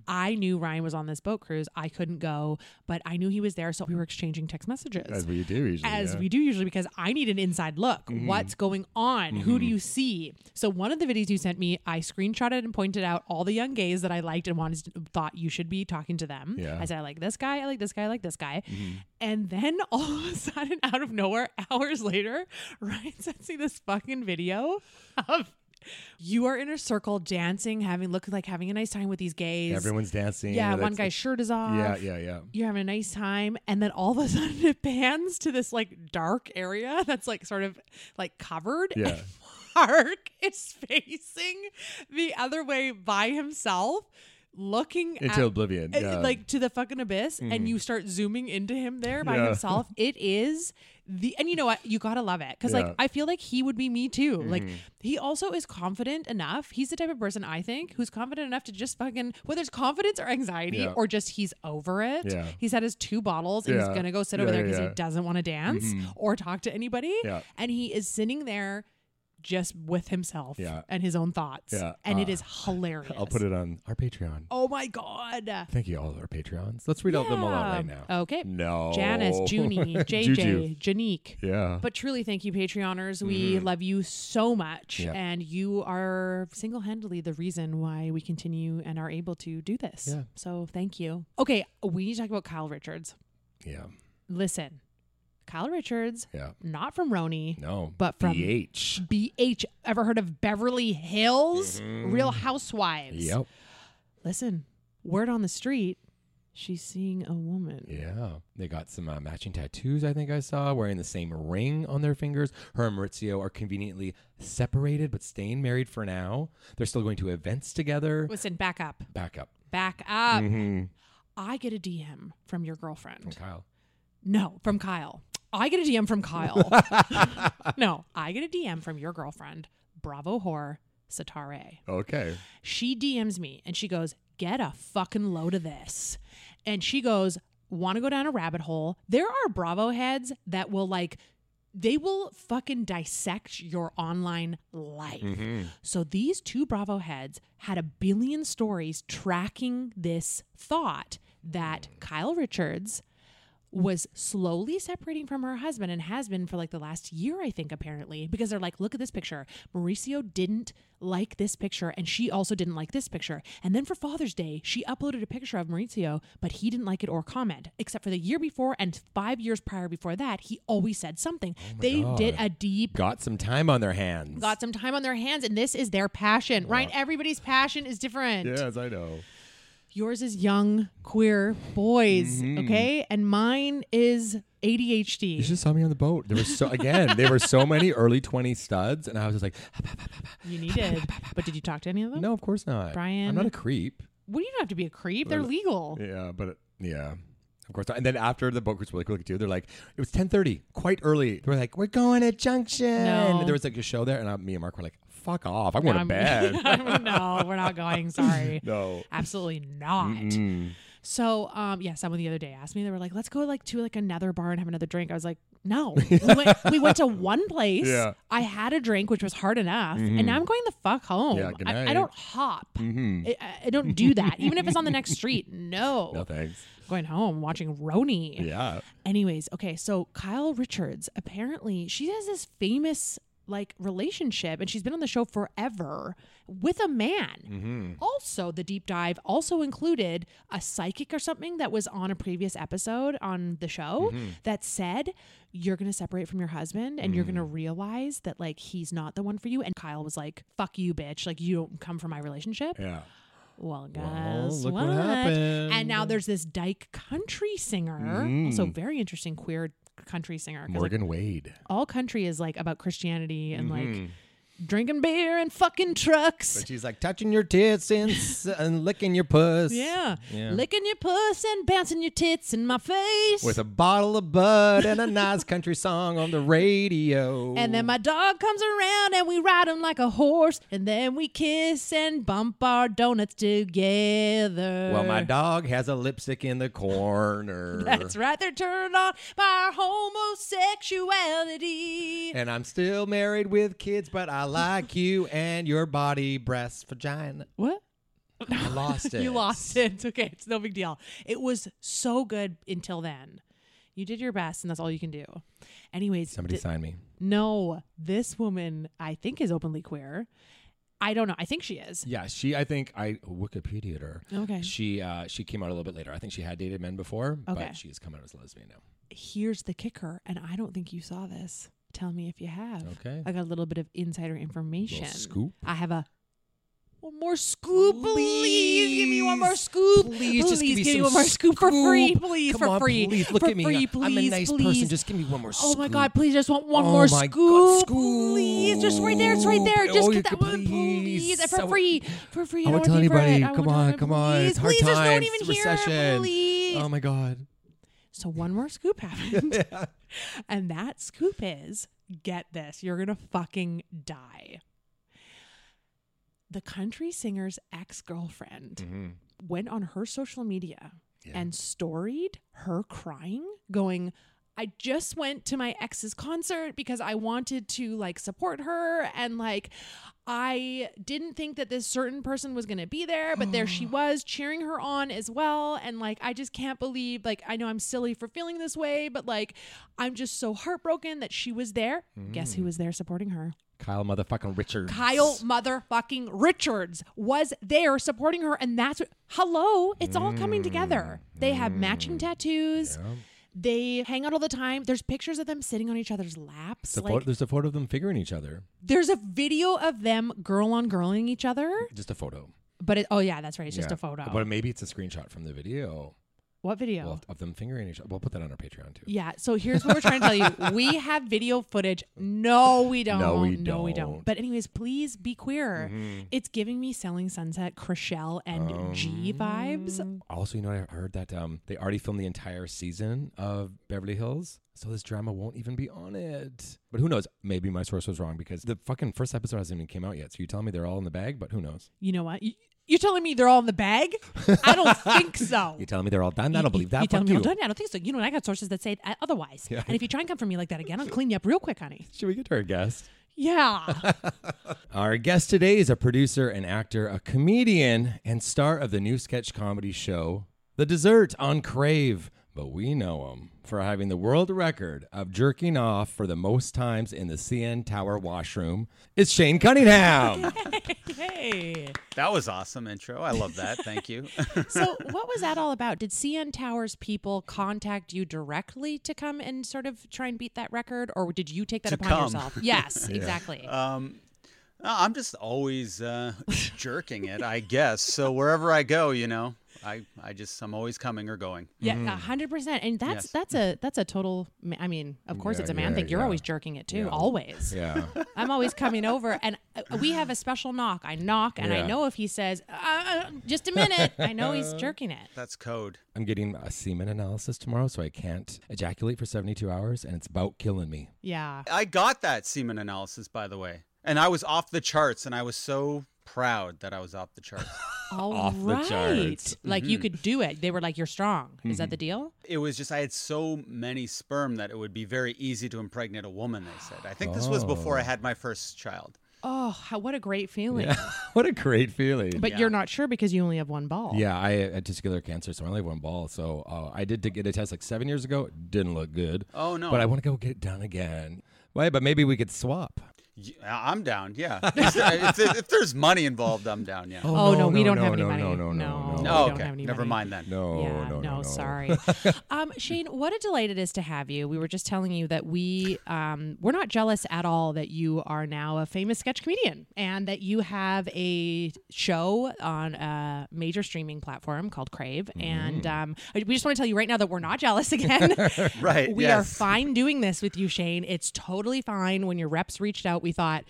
C: I knew Ryan was on this boat cruise. I couldn't go, but I knew he was there, so we were exchanging text messages.
D: we do usually.
C: as we do usually because I need an inside look.
D: Mm-hmm.
C: What's going on? Who do you see? So one of the videos you sent me, I screenshotted and pointed out all the young gays that I liked and wanted to, thought you should be talking to them.
D: Yeah. Mm-hmm.
C: I said I like this guy, I like this guy, I like this guy. And then (laughs) all of a sudden out of nowhere hours later, (laughs) Ryan sends me this fucking video of you are in a circle dancing, having look like having a nice time with these gays.
D: Everyone's dancing.
C: yeah,
D: and
C: one
D: it's-
C: guy's shirt is off Uh,
D: Yeah, yeah, yeah.
C: you're having a nice time and then all of a (laughs) sudden it pans to this like dark area that's like sort of like covered
D: Yeah.
C: (laughs) Mark is (laughs) facing the other way by himself looking
D: Into
C: at,
D: oblivion,
C: uh,
D: yeah. Mm.
C: like to the fucking abyss and you start zooming into him there by
D: Yeah.
C: himself
D: (laughs)
C: it is the and you know what you gotta love it because
D: Yeah. Mm-hmm.
C: like i feel like he would be me too like he also is confident enough he's the type of person i think who's confident enough to just fucking whether it's confidence or anxiety
D: Yeah.
C: or just he's over it
D: Yeah.
C: He's had his two bottles and he's
D: Yeah.
C: gonna go sit over
D: Yeah,
C: there because
D: yeah. Mm-hmm.
C: he doesn't want to dance or talk to anybody.
D: Yeah.
C: And he is sitting there just with himself
D: Yeah.
C: and his own thoughts.
D: Yeah.
C: And it
D: Uh,
C: is hilarious.
D: I'll put it on our Patreon.
C: Oh my god.
D: Thank you, all of our Patreons. Let's read out them all out right
C: Yeah.
D: now.
C: Okay.
D: No.
C: Janice, Junie,
D: Oh. (laughs) Juju.
C: JJ, Janique.
D: Yeah.
C: But truly, thank you, Patreoners. We love you so much.
D: Mm-hmm. Yeah.
C: And you are single handedly the reason why we continue and are able to do this.
D: Yeah.
C: So thank you. Okay, we need to talk about Kyle Richards.
D: yeah.
C: Listen, Kyle Richards,
D: Yeah.
C: not from Roni,
D: No.
C: But from-
D: BH.
C: BH. Ever heard of Beverly Hills? Real Housewives.
D: Mm-hmm. Yep.
C: Listen, word on the street, she's seeing a woman.
D: Yeah, they got some uh, matching tattoos. I think I saw wearing the same ring on their fingers. Her and Maurizio are conveniently separated, but staying married for now. They're still going to events together.
C: Listen, back up,
D: Back up
C: back up.
D: Mm-hmm.
C: I get a DM from your
D: from
C: girlfriend.
D: Kyle.
C: No, from Kyle. I get a DM from Kyle. no, I get a DM from your girlfriend, Bravo Whore Satare.
D: Okay.
C: She DMs me and she goes, Get a fucking load of this. And she goes, Want to go down a rabbit hole? There are Bravo heads that will like, they will fucking dissect your online life. So these two Bravo heads had a billion stories tracking this thought that Kyle Richards was slowly separating from her husband and has been for like the last year, I think, apparently, because they're like, look at this picture. Mauricio didn't like this picture, and she also didn't like this picture. And then for Father's Day, she uploaded a picture of Mauricio, but he didn't like it or comment, except for the year before and five years prior before that, he always said something. they did a deep
D: Got some time on their hands.
C: (laughs) got some time on their hands and this is their passion right everybody's passion is different
D: I know.
C: yours is young queer boys okay and mine is adhd
D: You just saw me on the boat. There was so again. there were so many early twenty studs, and I was just like,
C: you needed but did you talk to any of them
D: no, of course not.
C: Brian.
D: I'm not a creep.
C: well you don't have to be a creep they're legal
D: (laughs) Yeah, but it, yeah, of course. And then after the boat cruise, really quick too, they're like, it was ten thirty, quite early. They were like, we're going to Junction.
C: No.
D: There was like a show there, and uh, me and Mark were like, fuck off. I'm going to
C: I'm-
D: bed.
C: I'm- Um, (laughs) no, we're not going. Sorry.
D: (laughs) no.
C: Absolutely not.
D: Mm.
C: So, um, yeah, someone the other day asked me, they were like, let's go like to like another bar and have another drink. I was like, no,
D: (laughs)
C: we, went, we went to one place.
D: Yeah. Mm-hmm.
C: I had a drink, which was hard enough. And now I'm going the fuck home.
D: Yeah, good
C: I, I
D: night. Mm-hmm.
C: don't hop. I, I- I don't do that. Even if it's on the next
D: (laughs)
C: street. No.
D: No thanks.
C: Going home, watching Roni.
D: Yeah.
C: Anyways, okay, so Kyle Richards, apparently, she has this famous like relationship and she's been on the show forever with a man. Also, the deep dive also included a psychic or something that was on a previous episode on the show that said, You're going to separate from your husband and you're going to realize that like he's not the one for you. And Kyle was like, Fuck you, bitch. Like, you don't come from my relationship.
D: Yeah.
C: Well, guess
D: Well, look
C: what?
D: what happened. Mm.
C: And now there's this dyke country singer, also very interesting queer country singer. 'cause, like, (laughs)
D: Morgan Wade.
C: all country is like about Christianity and like
D: Mm-hmm.
C: drinking beer and fucking trucks.
D: she's like touching your tits and, and licking your puss.
C: (laughs) Yeah. licking your puss and bouncing your tits in my face.
D: With a bottle of bud and a nice country song on the radio.
C: and then my dog comes around and we ride him like a horse, and then we kiss and bump our donuts together.
D: Well, my dog has a lipstick in the corner.
C: (laughs) That's right, they're turned on by our homosexuality.
D: (laughs) And I'm still married with kids, but I like you and your body, breast, vagina.
C: What? (laughs)
D: I lost it.
C: You lost
D: (laughs)
C: it. It's okay. It's no big deal. It was so good until then. You did your best, and that's all you can do. Anyways,
D: Somebody
C: th-
D: sign me.
C: no, this woman I think is openly queer. I don't know. I think she is.
D: Yeah, she. I think I Wikipedia her.
C: Okay.
D: She uh, she came out a little bit later. I think she had dated men before,
C: Okay.
D: but she's come out as a lesbian now.
C: Here's the kicker, and I don't think you saw this. Tell me if you have.
D: Okay.
C: I got a little bit of insider information.
D: scoop?
C: I have a one more scoop, please. Give me one more scoop.
D: Please, just give
C: me
D: me, some
C: one more scoop, for free,
D: scoop.
C: please.
D: Come
C: for
D: on,
C: free.
D: Please look
C: for
D: at me.
C: Free, please,
D: I'm a nice
C: please.
D: person. Just give me one more.
C: Oh
D: scoop.
C: my god, please just want one
D: Oh
C: more
D: my
C: scoop.
D: God, scoop.
C: Please, just right there, it's right there. Just
D: Oh, you
C: get that
D: could
C: one, please.
D: please.
C: And For
D: I would-
C: free, for free.
D: I
C: don't
D: won't tell
C: wanna pay for
D: anybody.
C: it. I won't
D: Come
C: tell
D: on,
C: anybody.
D: come on.
C: Please,
D: It's hard
C: please, there's no one
D: times.
C: even
D: It's
C: here.
D: recession.
C: Please.
D: Oh my god.
C: So one more scoop (laughs) happened. And that scoop is get this, you're going to fucking die. The country singer's ex girlfriend went on her social media and storied her crying, going, I just went to my ex's concert because I wanted to like support her and like I didn't think that this certain person was going to be there but there she was cheering her on as well and like I just can't believe like I know I'm silly for feeling this way but like I'm just so heartbroken that she was there. Guess who was there supporting her?
D: Kyle motherfucking Richards.
C: Kyle motherfucking Richards was there supporting her, and that's what, hello. It's all coming together. They have
D: Mm.
C: matching tattoos. They hang out all the time. There's pictures of them sitting on each other's laps.
D: The photo-
C: like,
D: there's a photo of them figuring each other.
C: there's a video of them girl on girling each other.
D: Just a photo.
C: But it, oh yeah, that's right. It's just
D: Yeah.
C: a photo.
D: But maybe it's a screenshot from the video
C: what video?
D: well, of them fingering each other. We'll put that on our Patreon too.
C: Yeah. So here's what we're trying to tell
D: (laughs)
C: you. We have video footage. No, we don't.
D: No, we
C: No, we
D: don't. Mm-hmm.
C: don't. But anyways, please be queer. It's giving me Selling Sunset, Chriselle, and G vibes.
D: Also, you know, I heard that um, they already filmed the entire season of Beverly Hills, so this drama won't even be on it. But who knows? Maybe my source was wrong because the fucking first episode hasn't even came out yet. So you're telling me they're all in the bag, but who knows?
C: You know what? You- You're telling me they're all in the bag? I
D: (laughs)
C: don't think so.
D: You're telling me they're all done. I
C: You-
D: don't believe that.
C: You tell
D: Fuck
C: me
D: you.
C: I'm done. I don't think so. You know, and I got sources that say that otherwise. And if you try and come for me like that again, I'll clean you up real quick, honey.
D: Should we get to our guest?
C: (laughs) Yeah.
D: Our guest today is a producer, an actor, a comedian, and star of the new sketch comedy show, The Dessert on Crave. But we know him for having the world record of jerking off for the most times in the CN Tower washroom. It's Shane Cunningham.
C: hey.
E: That was awesome intro. I love that.
C: (laughs)
E: Thank you. (laughs)
C: So, what was that all about? Did CN Towers people contact you directly to come and sort of try and beat that record, or did you take that
E: To
C: upon
E: come.
C: yourself?
D: (laughs)
C: Yes, exactly.
E: Um, no, I'm just always uh, jerking it, I guess. So wherever I go, you know, I, I just I'm always coming or going.
C: yeah, hundred percent. And that's
E: Yes.
C: that's a that's a total. ma- I mean, of course,
D: Yeah,
C: it's a man
D: yeah,
C: thing. You're
D: yeah.
C: always jerking it too.
D: Yeah.
C: Always.
D: yeah.
C: I'm always coming over, and uh, we have a special knock. I knock, and I
D: Yeah.
C: know if he says, uh, uh, "Just a minute," I know
D: (laughs)
C: he's jerking it.
E: That's code.
D: I'm getting a semen analysis tomorrow, so I can't ejaculate for 72 hours, and it's about killing me.
C: Yeah.
E: I got that semen analysis, by the way. And I was off the charts, and I was so proud that I was off
C: (laughs)
E: the charts.
C: All right,
D: Off the charts. Mm-hmm.
C: Like you could do it. They were like, "You're strong." Is that the deal?
E: it was just I had so many sperm that it would be very easy to impregnate a woman. They said. I think this was before I had my first child.
C: Oh, how, what a great feeling!
D: (laughs) what a great feeling.
C: But you're not sure because you only have one ball.
D: Yeah, I had testicular cancer, so I only have one ball. So uh, I did to get a test like seven years ago. It Didn't look good.
E: Oh, no.
D: But I want to go get it done again. Wait, but maybe we could swap.
E: Y- I'm down.
C: (laughs)
E: Yeah. if, there- if there's money involved, I'm down. Yeah.
C: Oh, no, we don't
D: no,
C: have any
D: no,
C: money.
D: No,
C: No.
D: no, no, no.
C: Oh,
E: Oh,
C: we don't
E: okay.
C: have any
E: Never
C: money.
E: mind then.
D: No,
C: yeah,
D: no, no, no.
C: sorry.
D: (laughs)
C: um, Shane, what a delight it is to have you. We were just telling you that we um, we're not jealous at all that you are now a famous sketch comedian and that you have a show on a major streaming platform called Crave. And
D: Mm.
C: um, I- we just want to tell you right now that we're not jealous (laughs)
D: (laughs)
C: again.
E: Right,
C: We are
E: yes.
C: fine doing this with you, Shane. It's totally fine. When your reps reached out, we thought.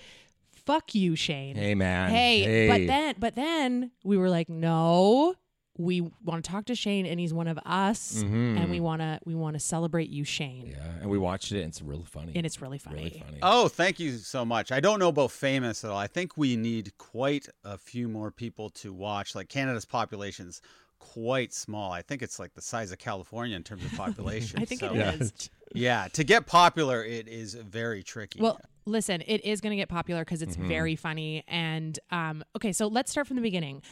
C: Fuck you, Shane.
D: Hey, man.
C: Hey, but
D: Hey.
C: then but then we were like, no, we want to talk to Shane and he's one of us and we want to we want to celebrate you, Shane.
D: Mm-hmm. Yeah, and we watched it, and it's real funny.
C: And it's really funny.
D: really funny.
E: Oh, thank you so much. I don't know about famous at all. I think we need quite a few more people to watch. Like Canada's population's quite small. I think it's like the size of California
C: (laughs)
E: in terms of population.
C: I think
E: so,
C: it
D: Yeah.
C: is.
E: Yeah, to get popular, it is very
C: (laughs)
E: tricky.
C: Well, listen, it is going to get popular cuz it's
D: Mm-hmm.
C: very funny and um okay, so let's start from the beginning.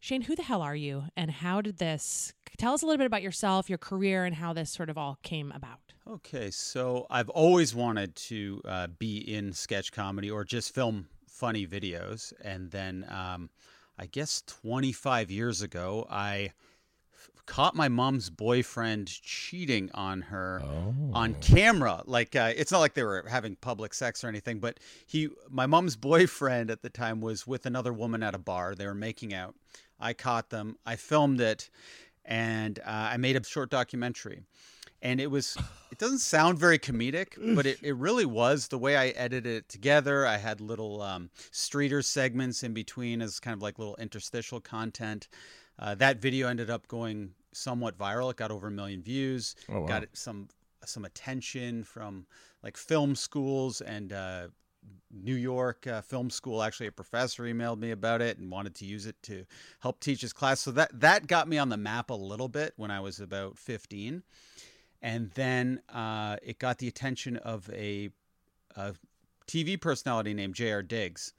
C: Shane, who the hell are you and how did this tell us a little bit about yourself, your career and how this sort of all came about?
E: Okay, so I've always wanted to uh, be in sketch comedy or just film funny videos. And then um, I guess 25 years ago, I f- caught my mom's boyfriend cheating on her
C: Oh.
D: Oh.
E: on camera. Like, uh, it's not like they were having public sex or anything, but he, my mom's (laughs) boyfriend at the time was with another woman at a bar. They were making out. I caught them, I filmed it, and uh, I made a short documentary and it was it doesn't sound very comedic but it, it really was the way i edited it together i had little um, streeter segments in between as kind of like little interstitial content uh, that video ended up going somewhat viral it got over a million views
D: Oh, wow.
E: got some some attention from like film schools and uh, New York uh, film school. Actually, a professor emailed me about it and wanted to use it to help teach his class. So that that got me on the map a little bit when I was about fifteen, and then uh, it got the attention of a, a TV personality named J.R. Diggs.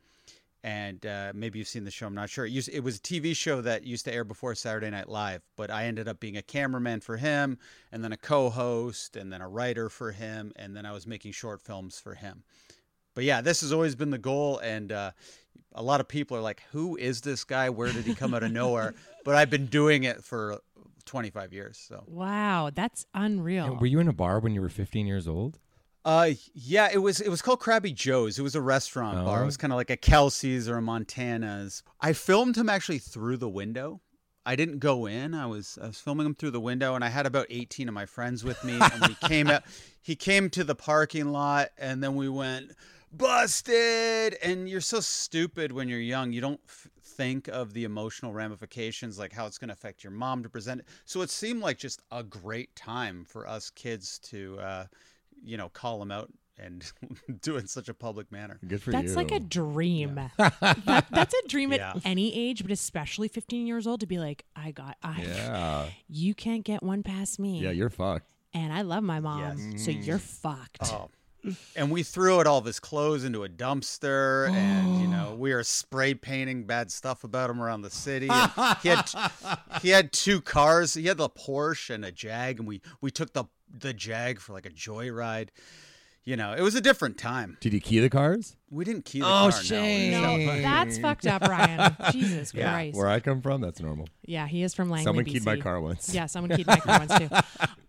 E: And uh, maybe you've seen the show. I'm not sure. It, used, it was a TV show that used to air before Saturday Night Live, but I ended up being a cameraman for him, and then a co-host, and then a writer for him, and then I was making short films for him but yeah, this has always been the goal, and uh, a lot of people are like, "Who is this guy? Where did he come out of nowhere?" But I've been doing it for 25 years, so
C: Wow, that's unreal.
D: And were you in a bar when you were 15 years old?
E: uh, yeah, it was it was called Krabby Joe's. It was a restaurant bar. It was kind of like a Kelsey's or a Montana's. I filmed him actually through the window. I didn't go in. I was I was filming him through the window, and I had about 18 of my friends with me. And we came out. (laughs) He came to the parking lot, and then we went busted. And you're so stupid when you're young. You don't f- think of the emotional ramifications, like how it's going to affect your mom to present it. So it seemed like just a great time for us kids to, uh, you know, call him out and (laughs) do it in such a public manner.
D: Good for
C: That's
D: you.
C: like a dream. That- that's a dream
E: (laughs) Yeah.
C: at any age, but especially 15 years old to be like, I got, I,
D: Yeah.
C: you can't get one past me.
D: Yeah, you're fucked.
C: and I love my mom,
E: Yes.
C: so you're fucked.
E: Oh. And we threw out all of his clothes into a dumpster, and you know we were spray painting bad stuff about him around the city. And he had he had two cars. He had the Porsche and a Jag, and we we took the the Jag for like a joyride. You know, it was a different time.
D: Did you key the cars?
E: We didn't key the
D: Oh,
E: car. no.
D: shame.
C: No,
D: Shame.
C: that's fucked up,
E: (laughs)
C: Ryan. Jesus
E: Yeah.
C: Christ.
D: Where I come from, that's normal.
C: yeah, he is from Langley.
D: Someone keyed my
C: BC.
D: car once.
E: (laughs)
C: Yeah, someone keyed my car once too.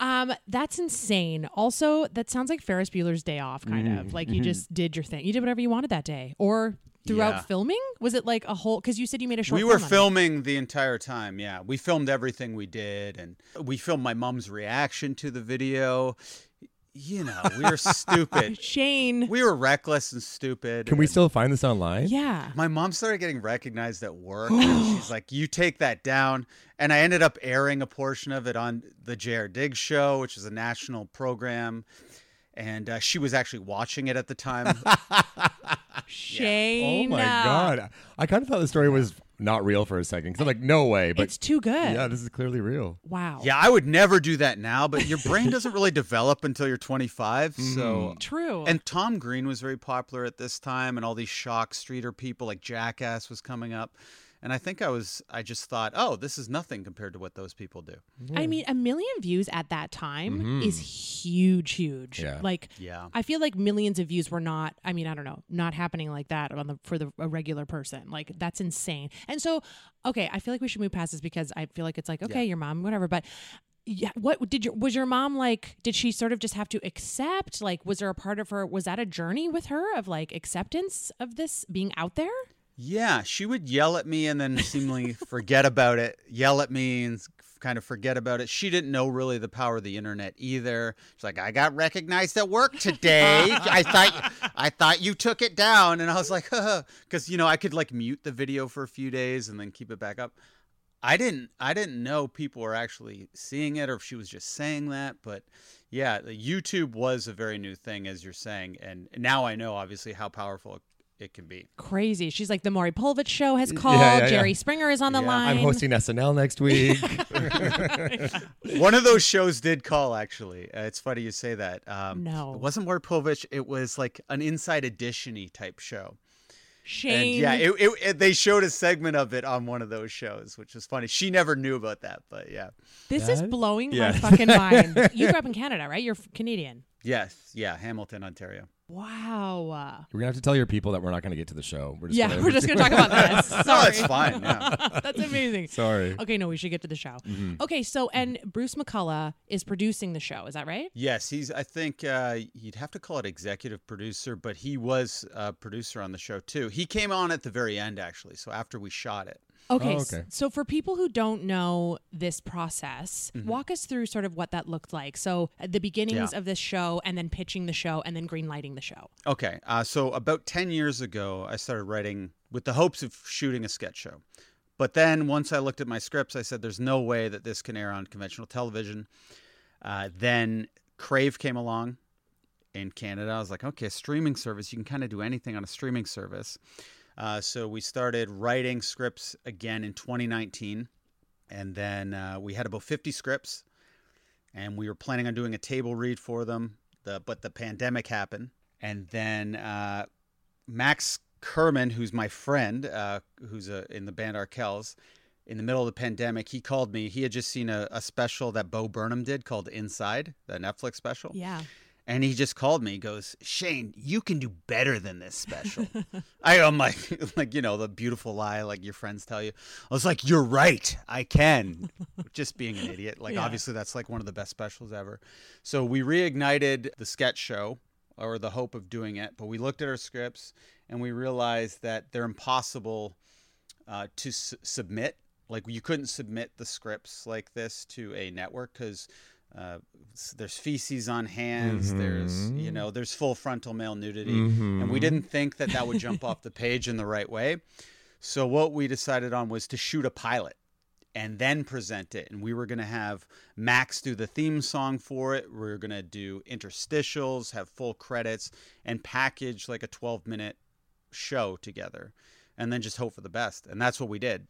C: Um, that's insane. Also, that sounds like Ferris Bueller's Day Off, kind of.
E: Mm-hmm.
C: Like you just did your thing. You did whatever you wanted that day, or throughout
E: Yeah.
C: filming. Was it like a whole? Because you said you made a short.
E: we were
C: film on it.
E: filming the entire time yeah we filmed everything we did and we filmed my mom's reaction to the video you know we
C: (laughs)
E: were stupid
C: Shane.
E: we were reckless and stupid
D: Can we
E: and
D: still find this online? (laughs)
C: yeah.
E: my mom started getting recognized
D: (gasps)
E: at work and she's like you take that down and i ended up airing a portion of it on the jared diggs show which is
D: (laughs)
E: a national program and uh, she was actually watching it at the time
C: Shane.
D: Oh my god! I kind of thought the story was not real for a second because I'm like, no way. But
C: It's too good.
D: yeah, this is clearly real.
C: Wow.
E: Yeah, I would never do that now, but your brain doesn't really develop until you're 25. So,
D: Mm-hmm.
C: True.
E: and Tom Green was very popular at this time, and all these shock streeter people like Jackass was coming up. And I think I was, I just thought, oh, this is nothing compared to what those people do.
C: I mean, a million views at that time is huge, huge.
D: Mm-hmm. Yeah.
C: Like,
E: Yeah.
C: I feel like millions of views were not. I mean, I don't know, not happening like that on the for the a regular person. Like, that's insane. And so, okay, I feel like we should move past this because I feel like it's like, okay, your mom, whatever. But yeah, what did your was your mom like? Did she sort of just have to accept? Like, was there a part of her? Was that a journey with her of like acceptance of this being out there?
E: Yeah, she would yell at me and then seemingly forget about it, yell at me and s- kind of forget about it. She didn't know really the power of the internet either. She's like, "I got recognized at work today. I thought I thought you took it down." And I was like, "Cuz you know, I could like mute the video for a few days and then keep it back up." I didn't I didn't know people were actually seeing it or if she was just saying that, but yeah, the YouTube was a very new thing as you're saying, and now I know obviously how powerful it- it can be.
C: Crazy. She's like the Maury Povich show has called.
D: yeah, yeah.
C: Jerry Springer is on the
E: Yeah.
C: line.
D: I'm hosting SNL
C: (laughs)
D: next week. (laughs)
E: One of those shows did call, actually. Uh, it's funny you say that. Um,
C: No.
E: It wasn't Ward Povich. It was like an inside edition y type show.
C: Shane.
E: And yeah, it, it, it- they showed a segment of it on one of those shows, which was funny. She never knew about that, but yeah.
C: This is blowing my
D: Yeah.
C: fucking mind. You grew up in Canada, right? You're f- Canadian.
E: Yes. Yeah. Hamilton, Ontario.
C: Wow.
D: we're gonna have to tell your people that we're not gonna get to the show. We're just
C: Yeah,
D: gonna,
C: we're just going to talk about this. Sorry.
E: No, it's fine. Yeah.
C: (laughs) That's amazing.
D: Sorry.
C: Okay, no, we should get to the show. Okay, so, and Bruce McCullough is producing the show. Is that right?
E: Yes. He's, I think uh, you'd have to call it executive producer, but he was a producer on the show too. He came on at the very end, actually. So after we shot it.
C: Okay.
D: Oh,
C: s-
D: okay.
C: So, for people who don't know this process, walk us through sort of what that looked like. So, at the beginnings
E: Yeah.
C: of this show, and then pitching the show, and then green lighting the show.
E: Okay. Uh, so about 10 years ago, I started writing with the hopes of shooting a sketch show. But then once I looked at my scripts, I said, there's no way that this can air on conventional television. Uh, then Crave came along in Canada. I was like, okay, streaming service, you can kind of do anything on a streaming service. Uh, so we started writing scripts again in 2019. And then uh, we had about 50 scripts and we were planning on doing a table read for them. The but the pandemic happened, and then uh, Max Kerman, who's my friend, uh, who's uh in the band Arkells, in the middle of the pandemic, he called me. He had just seen a, a special that Bo Burnham did called Inside, the Netflix special.
C: Yeah.
E: And he just called me. He goes, Shane, you can do better than this special. (laughs) I, I'm like, (laughs) like you know, the beautiful lie, like your friends tell you. I was like, you're right, I can. (laughs) just being an idiot. Like
C: Yeah.
E: obviously, that's like one of the best specials ever. So we reignited the sketch show, or the hope of doing it. But we looked at our scripts and we realized that they're impossible uh, to s- submit. Like you couldn't submit the scripts like this to a network because uh, s- there's feces on hands. There's you know there's full frontal male nudity, and we didn't think that that would jump off the page in the right way. So what we decided on was to shoot a pilot and then present it. And we were going to have Max do the theme song for it. We were going to do interstitials, have full credits, and package like a 12 minute show together and then just hope for the best. And that's what we did.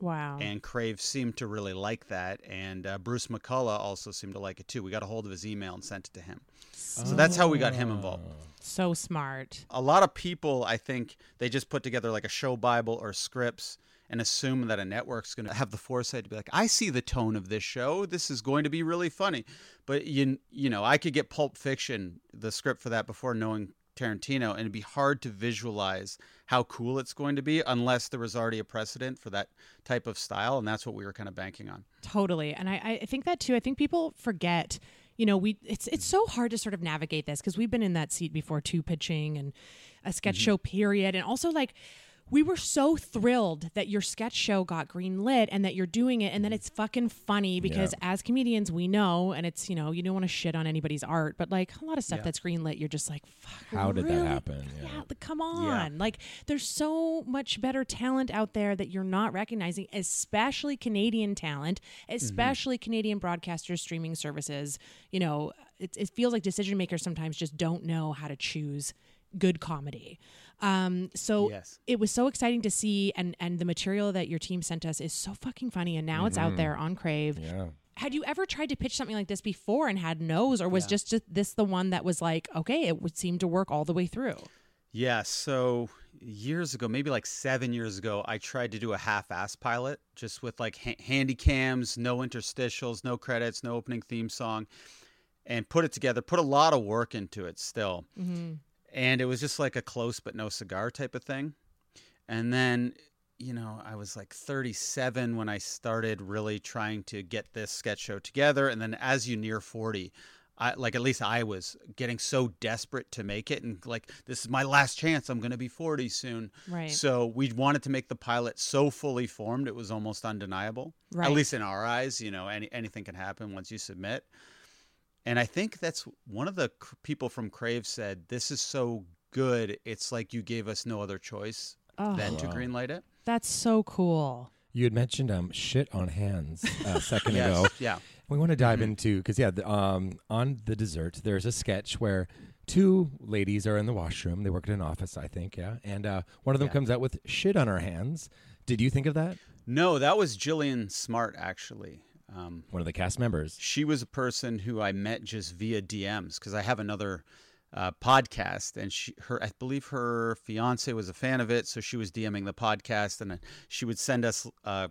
C: Wow.
E: And Crave seemed to really like that. And uh, Bruce McCullough also seemed to like it too. We got a hold of his email and sent it to him.
C: Oh.
D: Oh.
E: So that's how we got him involved.
C: so smart.
E: A lot of people, I think, they just put together like a show Bible or scripts and assume that a network's going to have the foresight to be like, I see the tone of this show. This is going to be really funny. But, you, you know, I could get Pulp Fiction, the script for that, before knowing Tarantino, and it'd be hard to visualize how cool it's going to be unless there was already a precedent for that type of style. And that's what we were kind of banking on.
C: Totally. And I, I think that too. I think people forget, you know, we it's it's so hard to sort of navigate this because we've been in that seat before too, pitching and a sketch
D: Mm-hmm.
C: show period. And also like we were so thrilled that your sketch show got greenlit and that you're doing it and
D: Mm-hmm.
C: that it's fucking funny because as comedians we know and it's you know you don't want to shit on anybody's art but like a lot of stuff that's greenlit you're just like fuck
D: How did that
C: really?
D: happen?
C: yeah,
D: Yeah.
C: like, come on like there's so much better talent out there that you're not recognizing especially canadian talent especially canadian broadcasters streaming services you know it, it feels like decision makers sometimes just don't know how to choose good comedy Um, so
E: Yes.
C: it was so exciting to see, and and the material that your team sent us is so fucking funny, and now it's out there on Crave.
D: Yeah.
C: Had you ever tried to pitch something like this before and had no's, or was just, just this the one that was like, okay, it would seem to work all the way through?
E: Yeah, so years ago, maybe like seven years ago, I tried to do a half-ass pilot, just with like ha- handy cams, no interstitials, no credits, no opening theme song, and put it together. Put a lot of work into it still, and it was just like a close but no cigar type of thing. And then, you know, I was like 37 when I started really trying to get this sketch show together. And then as you near 40, I, like at least I was getting so desperate to make it and like this is my last chance I'm going to be 40 soon.
C: Right.
E: So we wanted to make the pilot so fully formed it was almost undeniable.
C: Right.
E: At least in our eyes, you know, any anything can happen once you submit. And I think that's one of the cr- people from Crave said, This is so good. It's like you gave us no other choice
C: Oh.
E: than to greenlight it.
C: That's so cool.
D: You had mentioned um shit on hands uh,
C: (laughs)
D: a second
E: Yes.
D: ago.
E: Yeah.
D: We want to dive
C: Mm-hmm.
D: into because yeah, the, um, on the dessert there's a sketch where two ladies are in the washroom. They work in an office, I think. Yeah, and uh, one of them comes out with shit on her hands. Did you think of that?
E: No, that was Jillian Smart, actually. Um,
D: One of the cast members.
E: she was a person who I met just via DMs because I have another uh, podcast, and she, her, I believe her fiance was a fan of it, so she was DMing the podcast, and then she would send us uh,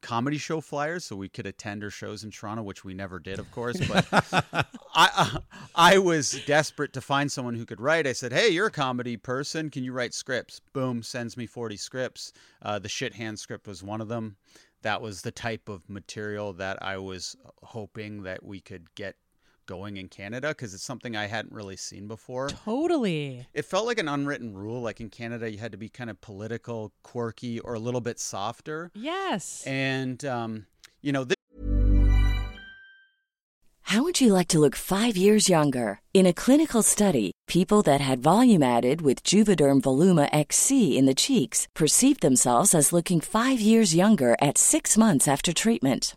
E: comedy show flyers so we could attend her shows in Toronto, which we never did, of course. But I, I, (laughs) I was desperate to find someone who could write. I said, "Hey, you're a comedy person. Can you write scripts?" Boom, sends me 40 scripts. Uh, the shit hand script was one of them. That was the type of material that I was hoping that we could get going in Canada because it's something I hadn't really seen before
C: Totally.
E: it felt like an unwritten rule like in canada you had to be kind of political quirky or a little bit softer
C: Yes.
E: and um, you know
F: How would you like to look five years younger? In a clinical study, people that had volume added with Juvederm Voluma XC in the cheeks perceived themselves as looking five years younger at six months after treatment.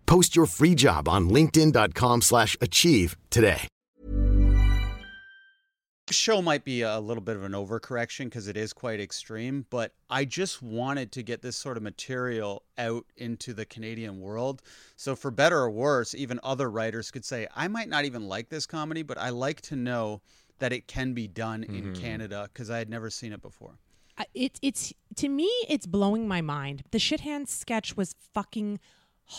G: Post your free job on linkedin.com/achieve slash achieve today.
E: the show might be a little bit of an overcorrection because it is quite extreme but i just wanted to get this sort of material out into the canadian world so for better or worse even other writers could say i might not even like this comedy but i like to know that it can be done in canada because i had never seen it before
C: I- it, it's to me it's blowing my mind the shit hand sketch was fucking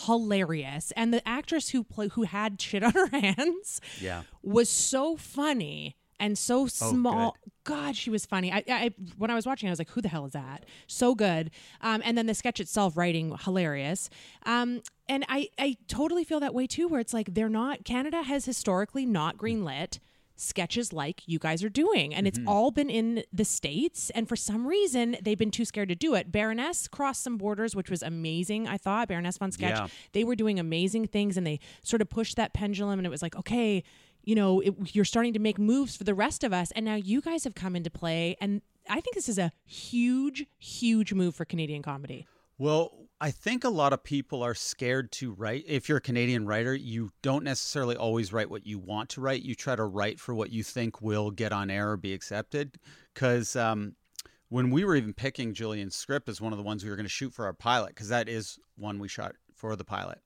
C: hilarious and the actress who play, who had shit on her (laughs) hands
E: yeah Oh,
C: was so funny and so small god she was funny I, I I- when i was watching i was like who the hell is that so good um, and then the sketch itself writing hilarious um, and I, I totally feel that way too where it's like they're not canada has historically not
E: Mm.
C: greenlit sketches like you guys are doing and it's
E: Mm-hmm.
C: all been in the states and for some reason they've been too scared to do it baroness crossed some borders which was amazing i thought baroness von sketch
E: Yeah.
C: they were doing amazing things and they sort of pushed that pendulum and it was like okay you know it, you're starting to make moves for the rest of us and now you guys have come into play and i think this is a huge huge move for canadian comedy
E: Well, I think a lot of people are scared to write. If you're a Canadian writer, you don't necessarily always write what you want to write. You try to write for what you think will get on air or be accepted. Because um, when we were even picking Julian's script as one of the ones we were going to shoot for our pilot, because that is one we shot for the pilot.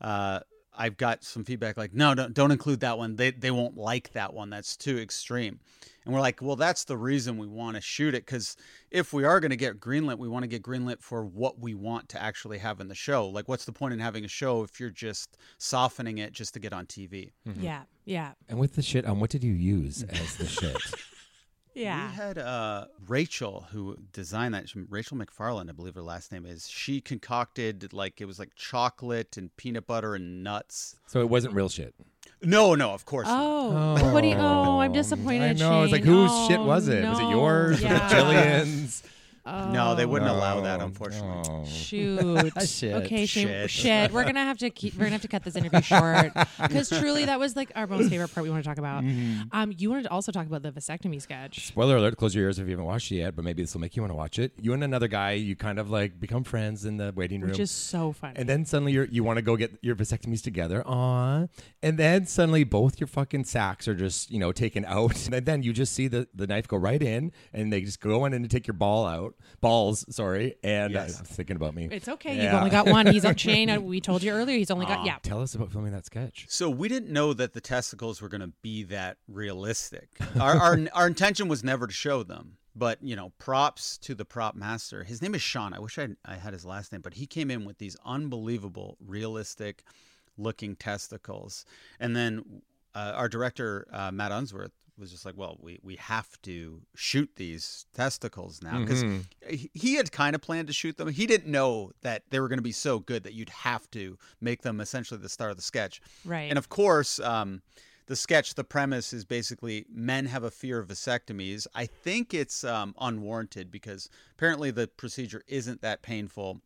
E: Uh, I've got some feedback like, no, don't, don't include that one. They, they won't like that one. That's too extreme. And we're like, well, that's the reason we want to shoot it. Because if we are going to get greenlit, we want to get greenlit for what we want to actually have in the show. Like, what's the point in having a show if you're just softening it just to get on TV?
C: Yeah. Yeah.
D: And with the shit on, what did you use as the (laughs) shit?
C: Yeah.
E: We had uh, Rachel who designed that. Rachel McFarland, I believe her last name is. She concocted like it was like chocolate and peanut butter and nuts.
D: so it wasn't real shit.
E: No, no, of course. not.
C: Oh, what do you? Oh, I'm disappointed.
D: I know. It's like
C: Shane.
D: whose
C: Oh,
D: shit was it? Was it
C: no.
D: yours?
C: Yeah.
D: Was it
C: (laughs)
E: (laughs)
D: Jillian's?
C: Oh.
D: Oh,
E: No, they wouldn't allow that,
D: No,
E: unfortunately.
D: no. (laughs)
C: Shoot.
D: Shit.
C: Okay, Shane, shit.
E: Shit.
C: We're gonna have to keep. We're gonna have to cut this interview short
D: (laughs)
C: because truly, that was like our most favorite part we want to talk about. Um, you wanted to also talk about the vasectomy sketch.
D: Mm-hmm. Spoiler alert, close your ears if you haven't watched it yet, but maybe this will make you want to watch it. You and another guy, you kind of like become friends in the waiting room.
C: Which is so funny.
D: and then suddenly you're, you want to go get your vasectomies together. Aw. And then suddenly both your fucking sacks are just, you know, taken out. (laughs) And then you just see the, the knife go right in and they just go on in and take your ball out. Balls, sorry. And
E: Yes.
D: uh, thinking about me.
C: it's okay. You've
D: Yeah.
C: only got one. He's on
D: (laughs)
C: Shane. uh, We told you earlier. He's only got yeah.
D: Tell us about filming that sketch.
E: So we didn't know that the testicles were going to be that realistic. Our, our our intention was never to show them, but you know, props to the prop master. His name is Sean. I wish I I had his last name, but he came in with these unbelievable, realistic looking testicles. And then uh, our director uh, Matt Unsworth was just like, "Well, we we have to shoot these testicles now because
D: Mm-hmm.
E: he he had kind of planned to shoot them. He didn't know that they were going to be so good that you'd have to make them essentially the star of the sketch."
C: Right.
E: And of course, um, the sketch, the premise is basically men have a fear of vasectomies. I think it's um, unwarranted because apparently the procedure isn't that painful,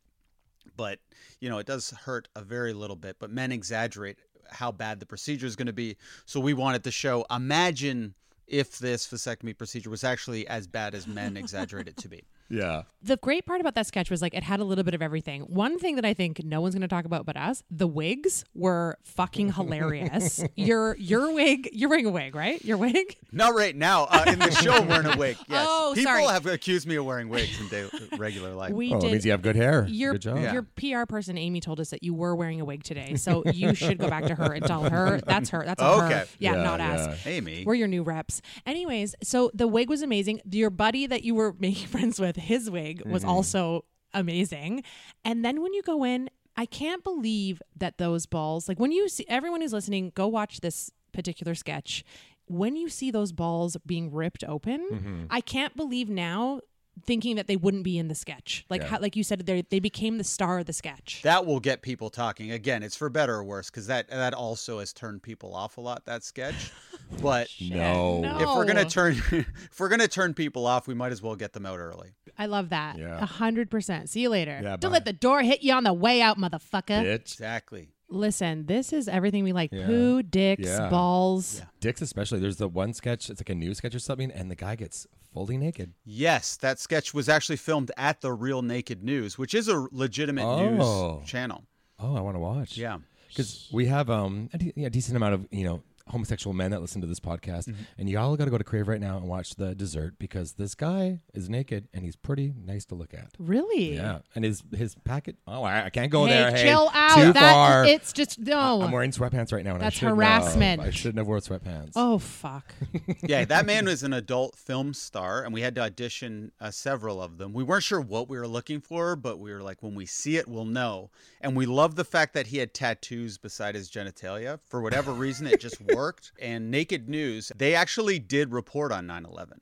E: but you know it does hurt a very little bit. But men exaggerate how bad the procedure is going to be. So we wanted to show. Imagine if this vasectomy procedure was actually as bad as men exaggerate it to be.
D: Yeah.
C: the great part about that sketch was like it had a little bit of everything. One thing that I think no one's going to talk about but us, the wigs were fucking
D: (laughs)
C: hilarious. your your wig, you're wearing a wig, right? Your wig?
E: Not right now. Uh,
D: (laughs)
E: in the show, wearing a wig. Yes.
C: Oh,
E: People
C: sorry.
E: have accused me of wearing wigs in day- regular life.
C: We
D: Oh, it
C: did
D: means you have good hair.
C: your
D: good job.
C: your PR person Amy told us that you were wearing a wig today, so you should go back to her and tell her that's her. That's on her.
E: Oh, Okay.
C: Yeah,
D: Yeah,
C: not
D: yeah.
C: us.
E: Amy.
C: We're your new reps. Anyways, so the wig was amazing. Your buddy that you were (laughs) making friends with, his wig was also amazing. And then when you go in, I can't believe that those balls, like when you see everyone who's listening, go watch this particular sketch. When you see those balls being ripped open, I can't believe now thinking that they wouldn't be in the sketch. Like how, like you said they they became the star of the sketch.
E: That will get people talking. Again, it's for better or worse because that that also has turned people off a lot. That
C: (laughs)
E: sketch, but
D: No.
C: No.
E: if we're gonna turn (laughs) if we're gonna turn people off, we might as well get them out early.
C: I love that.
D: Yeah.
C: A hundred percent. See you later.
D: Yeah,
C: Don't
D: bye.
C: let the door hit you on the way out, motherfucker.
D: Bitch.
E: Exactly.
C: Listen, this is everything we like. Poo, dicks,
D: Yeah.
C: balls.
D: Dicks especially. There's the one sketch, it's like a new sketch or something, and the guy gets fully naked.
E: Yes, that sketch was actually filmed at the Real Naked News, which is a legitimate
D: Oh.
E: news channel.
D: Oh, I want to watch.
E: Yeah.
D: because we have um a, de- yeah, decent amount of you know homosexual men that listen to this podcast,
C: Mm-hmm.
D: and you all got to go to Crave right now and watch the dessert because this guy is naked and he's pretty nice to look at.
C: Really?
D: Yeah, and his his packet. Oh, I, I can't go
C: hey,
D: there. Hey,
C: chill out.
D: Too
C: that,
D: far.
C: It's just no.
D: I'm wearing sweatpants right now. And
C: That's
D: I shouldn't have.
C: harassment.
D: I shouldn't have worn sweatpants.
C: oh fuck.
E: yeah, that man was an adult film star, and we had to audition uh, several of them. We weren't sure what we were looking for, but we were like, when we see it, we'll know. And we love the fact that he had tattoos beside his genitalia. For whatever reason, it just worked. And Naked News, they actually did report on 9 11.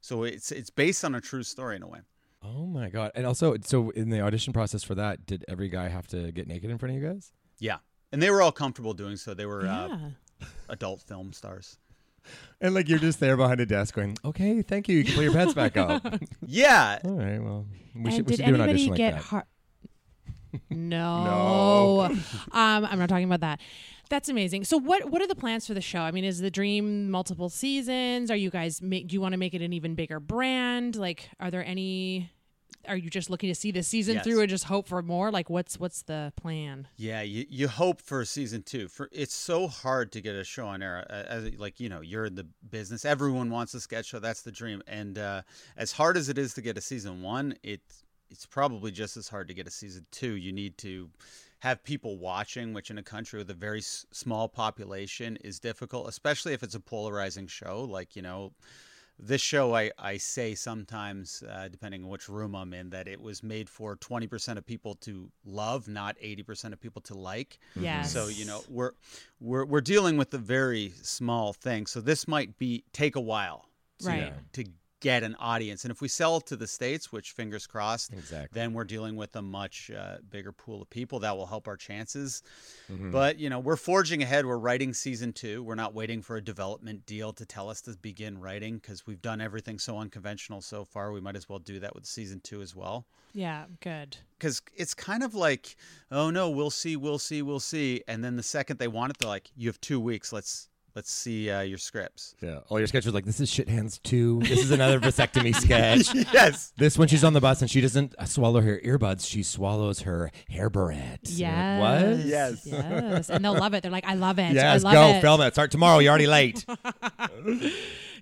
E: So it's, it's based on a true story in a way.
D: Oh my god! And also, so in the audition process for that, did every guy have to get naked in front of you guys?
E: Yeah. And they were all comfortable doing so. They were uh,
C: yeah.
E: adult film stars.
D: And like you're just there behind a desk going, "Okay, thank you. You can put your pants
C: (laughs)
D: back up." (laughs) All
E: Yeah.
D: right. Well, we
C: and
D: should we
C: did
D: should do an
C: anybody
D: audition
C: get
D: like that.
C: har-
D: (laughs)
C: no. (laughs) um, I'm not talking about that. That's amazing. So what what are the plans for the show? I mean, is the dream multiple seasons? Are you guys make do you want to make it an even bigger brand? Like are there any are you just looking to see this season
E: Yes.
C: through and just hope for more? Like, what's what's the plan?
E: Yeah, you, you hope for season two. For it's so hard to get a show on air. uh, As like you know, you're in the business. Everyone wants a sketch show. That's the dream. And uh, as hard as it is to get a season one, it's it's probably just as hard to get a season two. You need to have people watching, which in a country with a very s- small population is difficult, especially if it's a polarizing show. Like you know, this show I, I say sometimes uh, depending on which room i'm in that it was made for 20% of people to love not 80% of people to like
D: Mm-hmm.
C: Yes.
E: so you know we're, we're we're dealing with a very small thing so this might be take a while to,
C: Right.
E: to get an audience and if we sell to the states which fingers crossed
D: Exactly.
E: then we're dealing with a much uh, bigger pool of people that will help our chances but you know we're forging ahead we're writing season two we're not waiting for a development deal to tell us to begin writing because we've done everything so unconventional so far we might as well do that with season two as well
C: Yeah, good.
E: because it's kind of like oh no we'll see we'll see we'll see and then the second they want it they're like you have two weeks let's let's see uh, your scripts
D: Yeah. All your sketches like this is shit hands two. This is another
C: (laughs)
D: vasectomy sketch.
E: yes
D: This when she's on the bus and she doesn't uh, swallow her earbuds, she swallows her hair barrette. You're
C: Yes.
D: Like, what?
E: Yes.
C: Yes. And they'll love it. They're like, I love it.
D: Yes,
C: I love
D: go
C: it.
D: film it. Start tomorrow. You're
C: (laughs)
D: already late.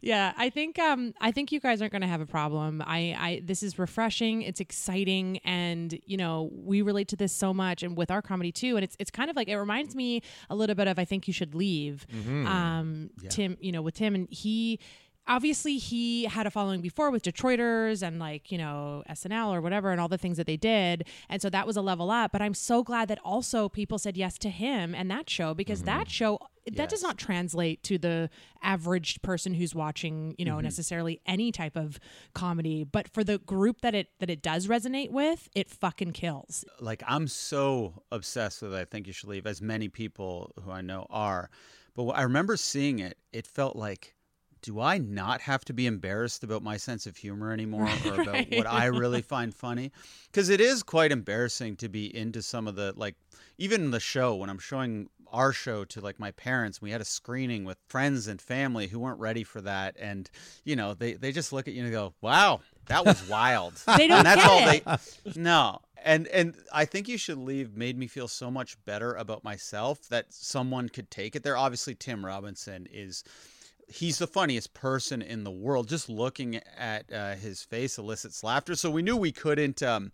C: Yeah, I think um I think you guys aren't going to have a problem. I I this is refreshing, it's exciting and you know, we relate to this so much and with our comedy too and it's it's kind of like it reminds me a little bit of I think you should leave. Um Tim, you know, with Tim and he obviously he had a following before with Detroiters and like, you know, SNL or whatever and all the things that they did. And so that was a level up, but I'm so glad that also people said yes to him and that show because that show that does not translate to the average person who's watching, you know,
E: Mm-hmm.
C: necessarily any type of comedy, but for the group that it that it does resonate with, it fucking kills.
E: like I'm so obsessed with I think you should leave as many people who I know are. But when I remember seeing it, it felt like do I not have to be embarrassed about my sense of humor anymore or about what I really find funny? Cuz it is quite embarrassing to be into some of the like even in the show when I'm showing our show to like my parents, we had a screening with friends and family who weren't ready for that and you know, they they just look at you and go, "Wow, that was wild." (laughs)
C: They don't
E: and that's
C: get
E: all
C: it. (laughs)
E: they no and and i think you should leave made me feel so much better about myself that someone could take it there obviously tim robinson is he's the funniest person in the world just looking at uh, his face elicits laughter so we knew we couldn't um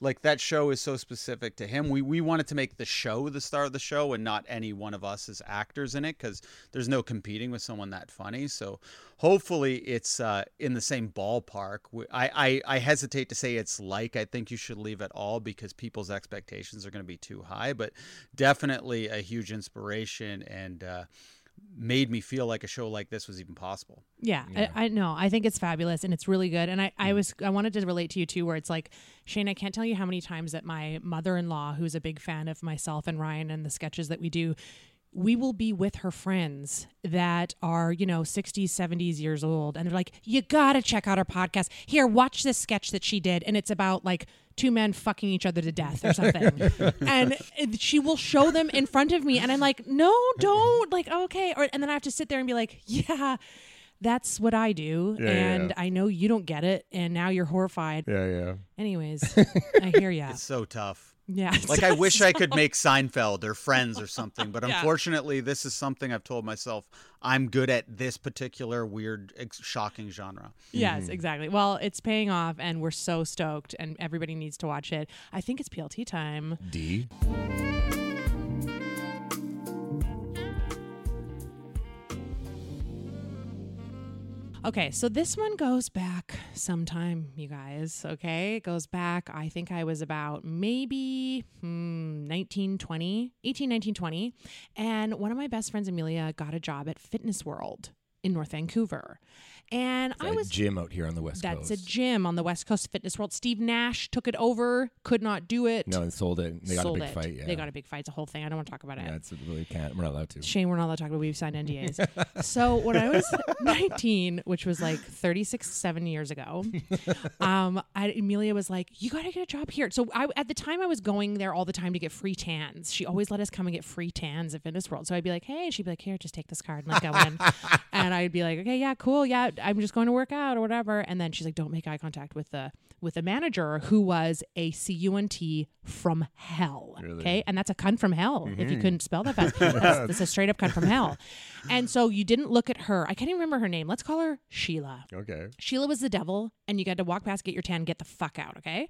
E: like that show is so specific to him. We we wanted to make the show the star of the show and not any one of us as actors in it because there's no competing with someone that funny. So hopefully it's uh, in the same ballpark. We- I, I I hesitate to say it's like I think you should leave at all because people's expectations are going to be too high, but definitely a huge inspiration and. Uh, made me feel like a show like this was even possible.
C: Yeah, I, I know. I think it's fabulous and it's really good. And I, I was I wanted to relate to you too, where it's like, Shane, I can't tell you how many times that my mother in law, who's a big fan of myself and Ryan and the sketches that we do, we will be with her friends that are, you know, 60s, 70s years old. And they're like, you got to check out her podcast. Here, watch this sketch that she did. And it's about like two men fucking each other to death or something. and it- she will show them in front of me. And I'm like, no, don't. Like, okay. Or, and then I have to sit there and be like, yeah that's what I do,
D: Yeah, yeah,
C: and
D: yeah.
C: I know you don't get it, and now you're horrified.
D: yeah, yeah.
E: (laughs)
C: Anyways, I hear ya.
E: It's so tough.
C: Yeah, (laughs)
E: Like I wish I could make Seinfeld or Friends or something, but unfortunately, this is something I've told myself I'm good at this particular weird, ex- shocking genre.
C: yes, exactly. Well, it's paying off, and we're so stoked, and everybody needs to watch it. I think it's PLT time.
D: D.
C: Okay, so this one goes back sometime, you guys. Okay, it goes back. I think I was about maybe hmm, 19, 20, 18, 19, 20. And one of my best friends, Amelia, got a job at Fitness World in North Vancouver. And I
D: A
C: was
D: gym out here on the west
C: That's
D: coast.
C: a gym on the West Coast Fitness World. Steve Nash took it over, could not do it.
D: No, and sold it. They got
C: sold
D: a big
C: it.
D: fight. Yeah.
C: They got a big fight. It's a whole thing. I don't want to talk about it.
D: Yeah, it's really can't. We're not allowed to.
C: Shane, we're not allowed to talk about. We've signed
D: (laughs)
C: NDAs. so when I was (laughs) 19, which was like 36, seven years
D: (laughs)
C: ago, um, I, Amelia was like, "You got to get a job here." So I, at the time, I was going there all the time to get free tans.
D: (laughs)
C: She always let us come and get free tans at Fitness World. So I'd be like, "Hey," she'd be like, "Here, just take this card and let go in." and then I'd be like, okay, yeah, cool, yeah, I'm just going to work out or whatever. And then she's like, don't make eye contact with the with the manager who was a cunt from hell. Okay, and that's a cunt from hell. If you couldn't spell that fast, that's, that's a straight up cunt from hell. And so you didn't look at her. I can't even remember her name. Let's call her Sheila.
D: Okay.
C: Sheila was the devil, and you got to walk past, get your tan, get the fuck out, okay?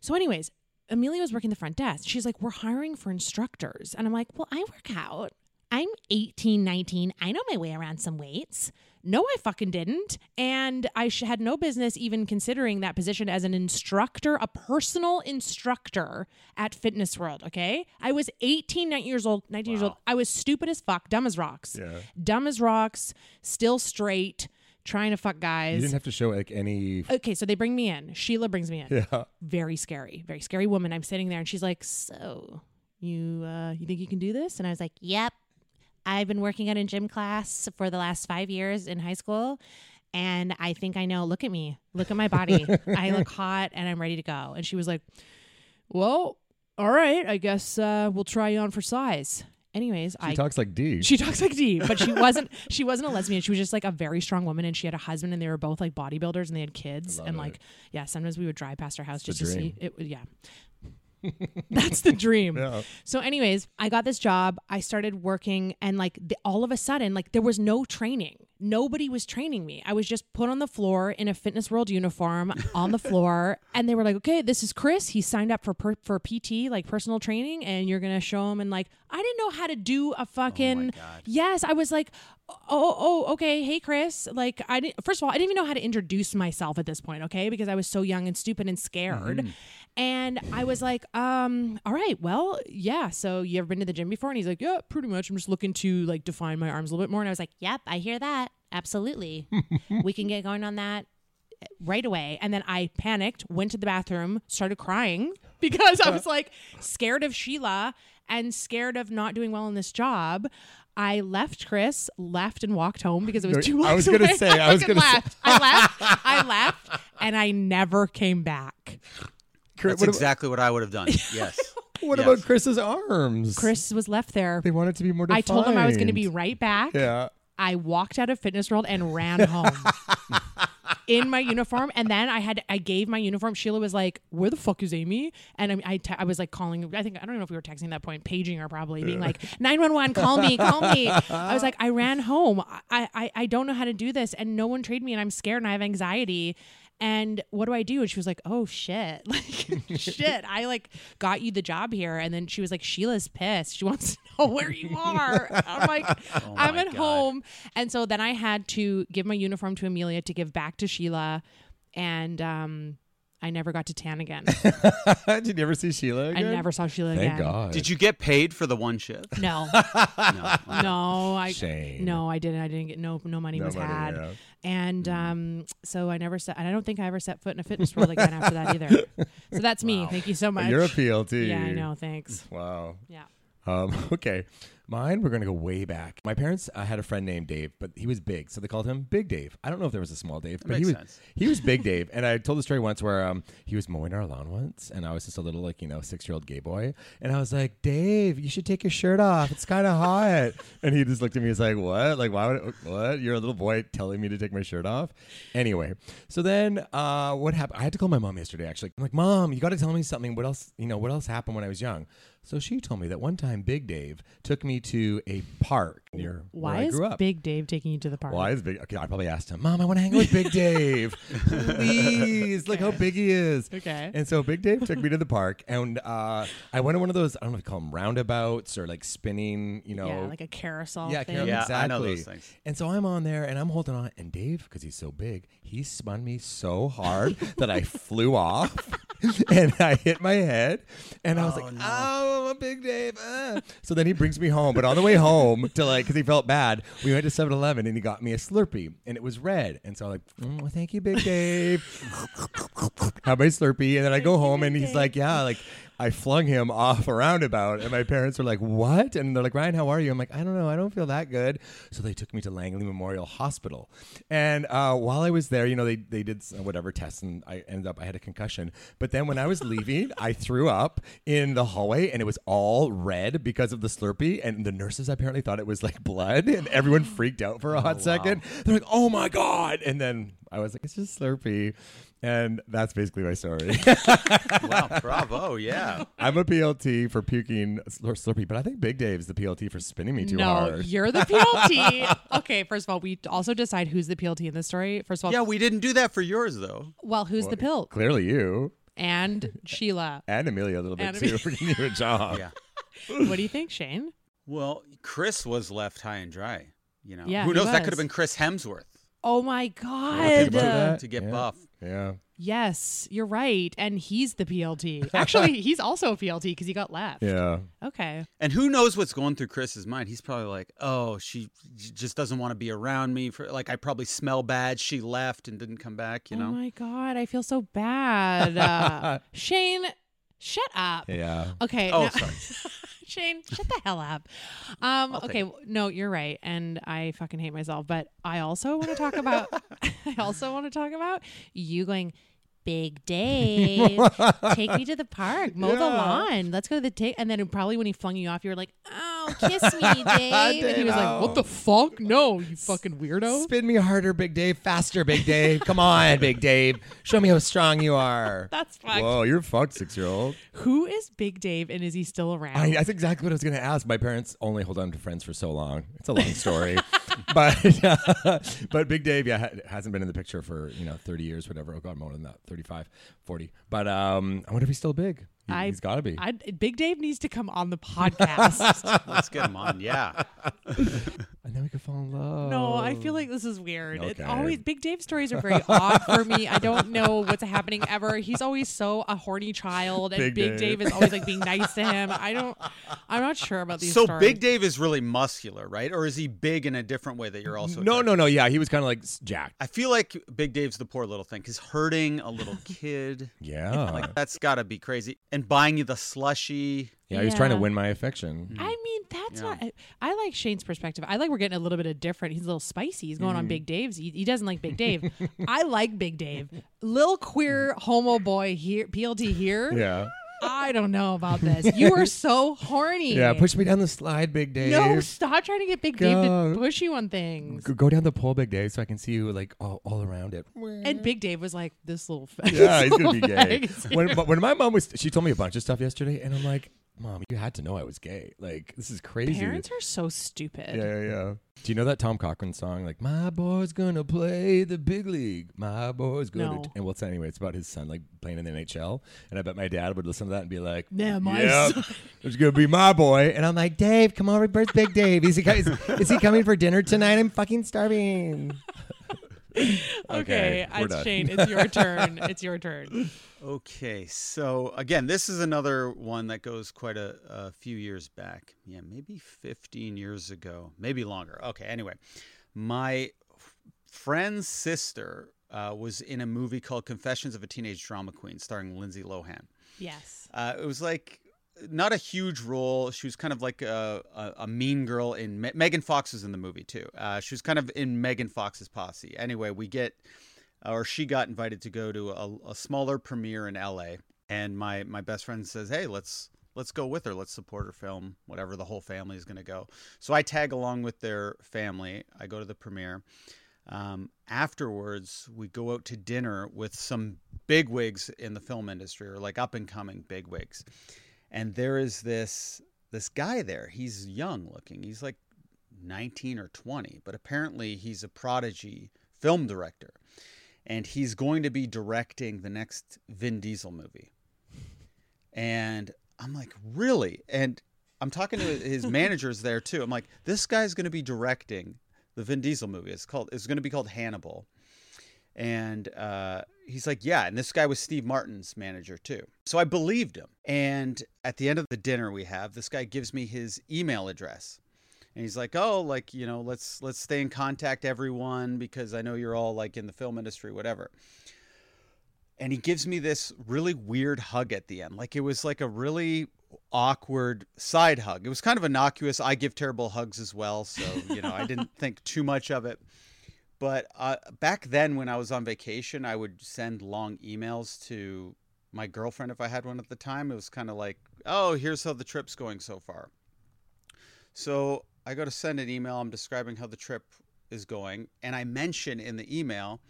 C: So, anyways, Amelia was working the front desk. She's like, We're hiring for instructors. And I'm like, Well, I work out. I'm 18, 19. I know my way around some weights. No, I fucking didn't. And I sh- had no business even considering that position as an instructor, a personal instructor at Fitness World, okay? I was 18, 19 years old, 19 years old. I was stupid as fuck, dumb as rocks.
D: Yeah.
C: Dumb as rocks, still straight, trying to fuck guys.
D: You didn't have to show like any.
C: Okay, so they bring me in. Sheila brings me in.
D: (laughs) yeah.
C: Very scary, very scary woman. I'm sitting there and she's like, "So, you uh you think you can do this?" And I was like, "Yep. I've been working out in gym class for the last 5 years in high school." And I think I know. Look at me. Look at my body.
D: (laughs)
C: I look hot and I'm ready to go. And she was like, "Well, all right. I guess uh, we'll try you on for size." Anyways,
D: She
C: I
D: talks like D.
C: she talks like D, but she wasn't. (laughs) She wasn't a lesbian. She was just like a very strong woman, and she had a husband, and they were both like bodybuilders, and they had kids, and like yeah. Sometimes we would drive past her house just to see it. w- Yeah, that's the dream. So, anyways, I got this job. I started working, and like the, all of a sudden, like there was no training. Nobody was training me. I was just put on the floor in a Fitness World uniform on the floor, and they were like, "Okay, this is Chris. He signed up for per- for PT, like personal training, and you're gonna show him." And like, I didn't know how to do a fucking. Yes, I was like, "Oh, oh, oh, okay, hey, Chris." Like, I didn't. First of all, I didn't even know how to introduce myself at this point. Okay, because I was so young and stupid and scared. And I was like, um, all right, well, yeah. So you ever been to the gym before? And he's like, yeah, pretty much. I'm just looking to like define my arms a little bit more. And I was like, yep, I hear that.
D: (laughs)
C: Absolutely. we can get going on that eh, right away. And then I panicked, went to the bathroom, started crying (laughs) because
D: (laughs)
C: I was like scared of Sheila and scared of not doing well in this job. I left Chris, left and walked home because it was too
D: I was gonna say, I was gonna say-
C: left. I left. I left and I never came back.
D: Chris,
E: That's
D: what,
E: exactly what I would
C: (laughs)
E: have done. Yes.
D: about, what
E: Yes.
D: about Chris's arms?
C: Chris was left there.
D: They wanted to be more
C: I
D: defined.
C: told him I was going to be right back.
D: Yeah.
C: I walked out of Fitness World and
D: (laughs)
C: ran home in my uniform. And then I had I gave my uniform. Sheila was like, "Where the fuck is Amy?" And I I, te- I was like calling. I think I don't know if we were texting at that point, paging her probably, being like, "911, call me, call me." I
D: (laughs)
C: was like, I ran home. I, I I don't know how to do this, and no one trained me, and I'm scared, and I have anxiety. And what do I do? And she was like, "Oh shit, (laughs)
D: (laughs)
C: like shit, I like got you the job here." And then she was like, "Sheila's pissed. She wants (laughs) to know where you are." I'm
D: (laughs)
C: like,
D: Oh
C: "I'm
E: my
C: at
E: God.
C: home." And so then I had to give my uniform to Amelia to give back to Sheila, and um, I never got to tan
D: (laughs)
C: again.
D: Did you never see
C: I
D: Sheila again?
C: never saw Sheila
D: Thank
C: again.
D: God.
E: Did you get paid for the one shift?
D: (laughs)
C: No,
E: No.
C: no, I
D: Shame.
C: no, I didn't. I didn't get no no money
D: No
C: was
D: money,
C: had,
D: yeah.
C: and
D: Mm.
C: um, so I never set. And I don't think I ever set foot in a fitness world again after that either.
D: (laughs)
C: So that's me. Thank you so much.
D: You're a PLT.
C: Yeah, I know. Thanks.
D: Wow.
C: Yeah.
D: Um, (laughs) okay. Mine, we're going to go way back. My parents uh, had a friend named Dave, but he was big. So they called him Big Dave. I don't know if there was a small Dave, but he was,
E: makes sense.
D: he was Big Dave. And I told the story once where um, he was mowing our lawn once. And I was just a little, like, you know, six year old gay boy. And I was like, Dave, you should take your shirt off. It's kind of hot. (laughs) and he just looked at me. He's like, What? Like, why would, what? You're a little boy telling me to take my shirt off? Anyway. So then uh, what happened? I had to call my mom yesterday, actually. I'm like, Mom, you got to tell me something. What else, you know, what else happened when I was young? So she told me that one time Big Dave took me to a park near
C: Why
D: where I
C: is
D: grew up.
C: Big Dave taking you to the park?
D: Why is Big? Okay, I probably asked him, Mom, I want to hang out with Big Dave. Please, look how big he is.
C: Okay.
D: And so Big Dave took me to the park, and uh, I went to one of those. I don't know if you call them roundabouts or like spinning. You know,
C: Yeah, like a carousel.
D: yeah,
C: thing.
D: Carol,
E: Yeah, I
D: exactly.
E: know those things.
D: And so I'm on there and I'm holding on. And Dave, because he's so big, he spun me so hard that I flew off (laughs) and I hit my head. And I was like, oh, I'm a big Dave. ah." So then he brings me home. But on the way home, to like, because he felt bad, we went to 7 Eleven and he got me a Slurpee and it was red. And so I'm like, "Mm, well, thank you, Big Dave. Have my Slurpee. And then I go home and he's like, yeah, like, I flung him off a roundabout, and my parents were like, "What?" And they're like, "Ryan, how are you?" I'm like, "I don't know. I don't feel that good." So they took me to Langley Memorial Hospital, and uh, while I was there, you know, they they did s- whatever tests, and I ended up I had a concussion. But then when I was leaving, I threw up in the hallway, and it was all red because of the Slurpee, and the nurses apparently thought it was like blood, and everyone freaked out for a hot second. They're like, "Oh my god!" And then I was like, "It's just Slurpee." And that's basically
C: (laughs)
D: my story.
E: Wow, bravo, yeah.
D: I'm a PLT for puking slur- Slurpee, but I think Big Dave's the PLT for spinning me too
C: no,
D: hard.
C: you're the PLT.
D: (laughs)
C: okay, first of all, we also decide who's the PLT in the story. First of all,
E: Yeah, we didn't do that for yours though.
C: well, who's the pill?
D: Clearly, you
C: And
D: (coughs)
C: Sheila.
D: and Amelia a little bit
C: And
D: too for getting you a job.
E: Yeah.
C: What do you think, Shane?
E: Well, Chris was left high and dry. You know,
C: Yeah,
E: who
C: he
E: knows? That
C: was.
E: could have been Chris Hemsworth
C: Oh my
D: think
C: God.
D: about that.
E: to get
D: Yeah.
E: buff.
D: Yeah.
C: Yes, you're right. And he's the
D: (laughs)
C: PLT. Actually, he's also a PLT because he got left.
D: Yeah.
C: Okay.
E: And who knows what's going through Chris's mind? He's probably like, "Oh, she j- just doesn't want to be around me. For like, I probably smell bad. She left and didn't come back. You
C: Oh
E: know."
C: my God, I feel so bad.
E: (laughs)
C: Uh, Shane, shut up.
D: Yeah.
C: Okay.
E: Oh,
C: now-
E: sorry.
C: (laughs) Shane, shut the hell up. Um,
E: I'll
C: okay,
E: take
C: w- no, you're right, and I fucking hate myself. But I also want to talk about.
E: (laughs)
C: (laughs) I also want to talk about you going.
E: (laughs)
C: Big Dave, take me to the park, mow the
D: Yeah.
C: lawn. Let's go to the take. And then probably when he flung you off, you were like, "Oh, kiss me,
E: (laughs)
C: Dave." and he was like, "What the fuck? No, you fucking weirdo."
D: Spin me harder, Big Dave. Faster, Big Dave. Come on, Big Dave. Show me how strong you are.
C: (laughs) That's fucked.
D: Whoa, you're fucked, six year old.
C: Who is Big Dave, and is he still around?
D: I, that's exactly what I was going to ask. My parents only hold on to friends for so long. It's a long story, (laughs) but but (laughs) Big Dave, yeah, ha- hasn't been in the picture for you know thirty years, whatever. Oh God, more than that, 35, 40. But um, I wonder if he's still big. He,
C: I-
D: has got to be.
C: I, Big Dave needs to come on the
E: (laughs)
C: podcast.
E: Let's get him
D: (laughs)
E: on. Yeah.
D: and then we could fall in love.
C: no, I feel like this is weird. It's
D: Oh. Okay.
C: always Big Dave stories are very odd for me. I don't know what's happening ever. He's always so a horny child, and
D: Big
C: Big,
D: Dave.
C: Dave. is always like being nice to him. I don't. I'm not sure about these.
E: so
C: stories.
E: Big Dave is really muscular, right? Or is he big in a different way that you're also?
D: no,
E: attracted
D: no, no. Yeah, he was kind of like s- jacked.
E: I feel like Big Dave's the poor little thing because hurting
D: (laughs)
E: a little kid,
D: Yeah,
E: like that's got to be crazy. And buying you the slushy.
D: yeah. He was trying to
C: Yeah. Mm.
D: win my affection.
C: I mean, that's not. I, I like Shane's perspective. I like we're getting a little bit of different. He's a little spicy. He's going on Big Dave's. He, he doesn't like Big Dave. I like Big Dave. Little queer homo boy here, PLT here.
D: Yeah,
C: I don't know about this. You are so horny.
D: yeah. Push me down the slide, Big Dave.
C: No, stop trying to get Big Dave
D: God.
C: to push you on things.
D: Go- Go down the pole, Big Dave, so I can see you like all, all around it.
C: And Big Dave was like, "This little (laughs) fag.
D: Yeah,
C: this
D: he's gonna
C: little
D: be
C: fag
D: gay.
C: is
D: When,
C: here."
D: but when my mom was, she told me a bunch of stuff yesterday, and I'm like, Mom, you had to know I was gay. Like, this is crazy.
C: Parents are so stupid.
D: yeah, yeah, yeah. Do you know that Tom Cochran song? Like, my boy's gonna play the big league. My boy's gonna.
C: No.
D: And well, it's anyway, it's about his son like playing in the NHL. And I bet my dad would listen to that and be like,
C: Yeah, my
D: "Yep,
C: son."
D: it's gonna be my boy. And I'm like, Dave, come over, where's Big Dave? Is he co- is, is he coming for dinner tonight? I'm fucking starving.
C: (laughs) Okay,
D: we're
C: it's
D: done.
C: Shane, it's your
D: (laughs)
C: turn. It's your turn.
E: Okay, so again, this is another one that goes quite a, a few years back. Yeah, maybe 15 years ago, maybe longer. Okay, anyway, my f- friend's sister uh, was in a movie called Confessions of a Teenage Drama Queen, starring Lindsay Lohan.
C: Yes.
E: Uh, it was like not a huge role. She was kind of like a, a, a mean girl in Me- Megan Fox was in the movie too. Uh, she was kind of in Megan Fox's posse. Anyway, we get or she got invited to go to a, a smaller premiere in LA, and my my best friend says, "Hey, let's." Let's go with her. Let's support her film, whatever the whole family is going to go. So I tag along with their family. I go to the premiere. Um, afterwards, we go out to dinner with some bigwigs in the film industry, or like up and coming bigwigs. And there is this this guy there. He's young looking. He's like 19 or 20, but apparently he's a prodigy film director, and he's going to be directing the next Vin Diesel movie. And I'm like, really? And I'm talking to his managers there too. I'm like, this guy's going to be directing the Vin Diesel movie. It's called. It's going to be called Hannibal. And uh, he's like, yeah. And this guy was Steve Martin's manager too. So I believed him. And at the end of the dinner we have, this guy gives me his email address. And he's like, "Oh, like, you know, let's let's stay in contact everyone because I know you're all like in the film industry whatever." and he gives me this really weird hug at the end. Like it was like a really awkward side hug. It was kind of innocuous. I give terrible hugs as well, so you know I didn't think too much of it. But uh, back then, when I was on vacation, I would send long emails to my girlfriend if I had one at the time. It was kind of like, oh, here's how the trip's going so far. So I go to send an email. I'm describing how the trip is going, and I mention in the email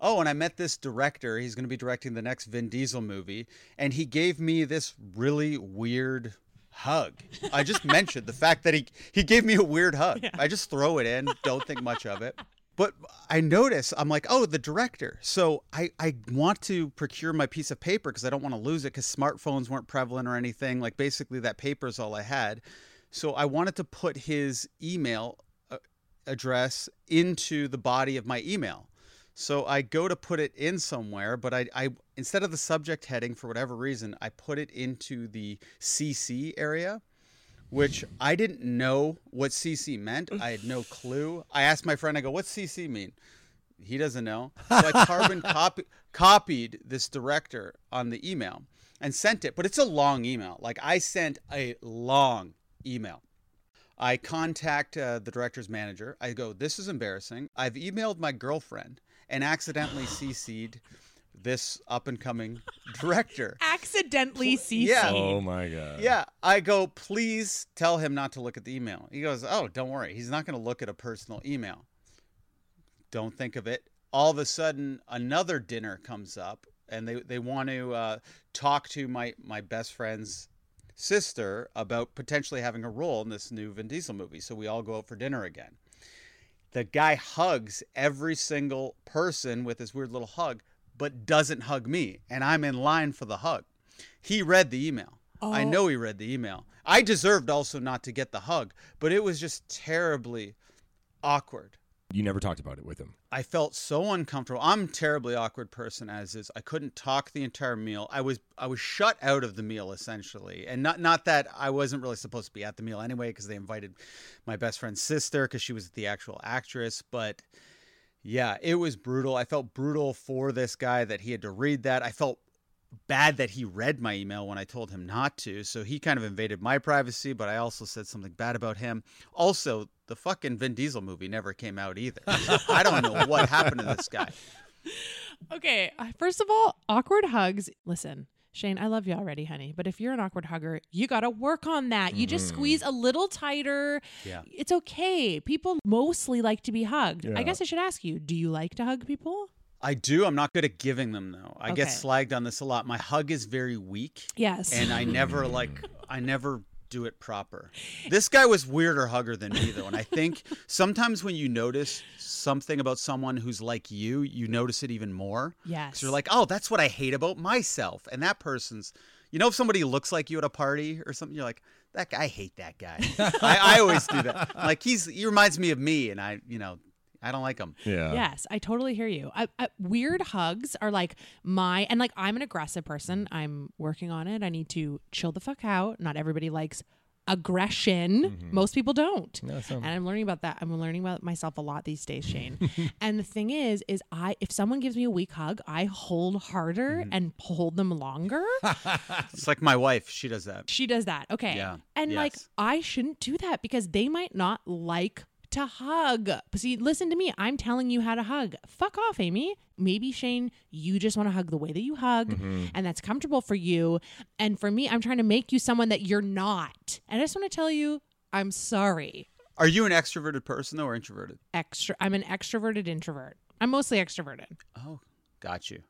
E: oh, and I met this director. He's going to be directing the next Vin Diesel movie. And he gave me this really weird hug. I just mentioned the fact that he, he gave me a weird hug. I just throw it in, don't think much of it. But I notice, I'm like, oh, the director. So I, I want to procure my piece of paper because I don't want to lose it because smartphones weren't prevalent or anything. Like, basically, that paper is all I had. So I wanted to put his email uh, address into the body of my email. So I go to put it in somewhere, but I, I instead of the subject heading for whatever reason, I put it into the CC area, which I didn't know what CC meant. I had no clue. I asked my friend, I go, "What's CC mean?" He doesn't know. So I carbon copy, copied this director on the email and sent it, but it's a long email. Like I sent a long email. I contact uh, the director's manager. I go, "This is embarrassing. I've emailed my girlfriend." and accidentally CC'd this up and coming director.
C: Accidentally CC.
E: yeah.
D: Oh my god.
E: Yeah, I go, please tell him not to look at the email. He goes, oh, don't worry. He's not going to look at a personal email. Don't think of it. All of a sudden, another dinner comes up, and they, they want to uh, talk to my, my best friend's sister about potentially having a role in this new Vin Diesel movie. So we all go out for dinner again the guy hugs every single person with his weird little hug, but doesn't hug me. And I'm in line for the hug. He read the email. I know he read the email. I deserved also not to get the hug, but it was just terribly awkward.
D: You never talked about it with him.
E: I felt so uncomfortable. I'm a terribly awkward person as is. I couldn't talk the entire meal. I was I was shut out of the meal essentially, and not not that I wasn't really supposed to be at the meal anyway because they invited my best friend's sister because she was the actual actress. But yeah, it was brutal. I felt brutal for this guy that he had to read that. I felt bad that he read my email when I told him not to. So he kind of invaded my privacy, but I also said something bad about him. Also, the fucking Vin Diesel movie never came out either. So I don't know what happened to this guy.
C: Okay. uh, First of all, awkward hugs. Listen, Shane, I love you already, honey. But if you're an awkward hugger, you got to work on that. You
D: Mm-hmm.
C: just squeeze a little tighter.
E: Yeah.
C: It's okay. People mostly like to be hugged.
D: Yeah.
C: I guess I should ask you do you like to hug people?
E: I do. I'm not good at giving them though. I get
C: Okay.
E: slagged on this a lot. My hug is very weak.
C: Yes.
E: And I never like I never do it proper. This guy was weirder hugger than me though. And I think sometimes when you notice something about someone who's like you, you notice it even more.
C: yes.
E: So you're like, oh, that's what I hate about myself. And that person's, you know, if somebody looks like you at a party or something, you're like, that guy, I hate that guy. I, I always do that. I'm like he's, he reminds me of me, and I, you know, I don't like him.
D: Yeah.
C: Yes, I totally hear you. I, I, weird hugs are like my and like I'm an aggressive person. I'm working on it. I need to chill the fuck out. Not everybody likes aggression.
E: Mm-hmm.
C: Most people don't. and I'm learning about that. I'm learning about myself a lot these days,
E: (laughs)
C: Shane. and the thing is, is I if someone gives me a weak hug, I hold harder
E: Mm-hmm.
C: and hold them
E: (laughs)
C: longer.
E: It's like my wife. She does that.
C: She does that. Okay.
E: Yeah.
C: And like
E: Yes.
C: I shouldn't do that because they might not like to hug. But See, listen to me. I'm telling you how to hug. Fuck off, Amy. Maybe Shane, you just want to hug the way that you hug
E: Mm-hmm.
C: and that's comfortable for you. And for me, I'm trying to make you someone that you're not. And I just want to tell you, I'm sorry.
E: Are you an extroverted person though, or introverted?
C: Extra I'm an extroverted introvert. I'm mostly extroverted.
E: Oh, got you.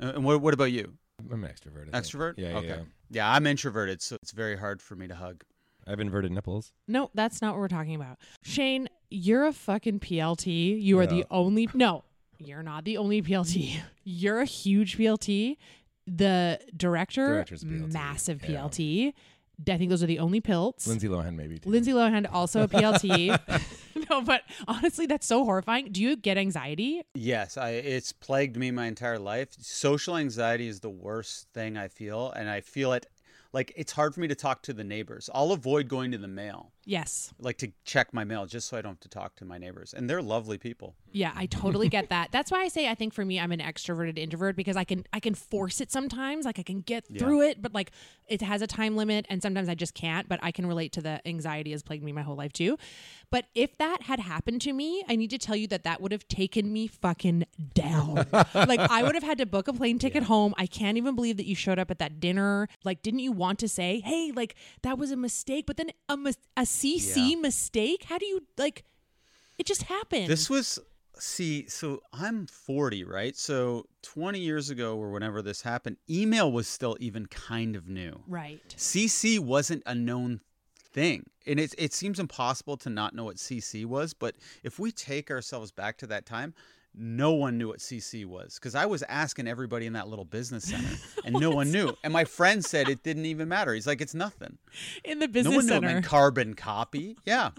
E: Uh, And what, what about you?
D: I'm an extrovert. I think.
E: Extrovert?
D: Yeah, yeah,
E: okay.
D: yeah.
E: Yeah, I'm introverted, so it's very hard for me to hug.
D: I have inverted nipples.
C: No, that's not what we're talking about. Shane, you're a fucking PLT. You are the only No, you're not the only PLT. (laughs) You're a huge PLT. The director
D: Director's a PLT,
C: massive
D: yeah.
C: PLT. I think those are the only pilts.
D: Lindsay Lohan maybe. Too.
C: Lindsay Lohan also a
D: (laughs)
C: PLT. (laughs) no, but honestly, that's so horrifying. Do you get anxiety?
E: Yes, I it's plagued me my entire life. Social anxiety is the worst thing I feel, and I feel it like it's hard for me to talk to the neighbors. I'll avoid going to the mail
C: Yes.
E: like to check my mail just so I don't have to talk to my neighbors. And they're lovely people.
C: Yeah, I totally get that. That's why I say I think for me I'm an extroverted introvert because I can I can force it sometimes, like I can get through it, but like it has a time limit and sometimes I just can't, but I can relate to the anxiety has plagued me my whole life too. But if that had happened to me, I need to tell you that that would have taken me fucking down. like I would have had to book a plane ticket home. I can't even believe that you showed up at that dinner. Like didn't you want to say, "Hey, like that was a mistake," but then a mis- a CC mistake? How do you like it just happened.
E: This was see, so I'm 40, right? So 20 years ago or whenever this happened, email was still even kind of new.
C: Right.
E: CC wasn't a known thing. And it, it seems impossible to not know what CC was, but if we take ourselves back to that time, no one knew what CC was because I was asking everybody in that little
C: (laughs)
E: business center and no one knew. And my friend said it didn't even matter. He's like, it's nothing.
C: in the
E: no
C: business
E: one knew it
C: center.
E: meant carbon copy. Yeah.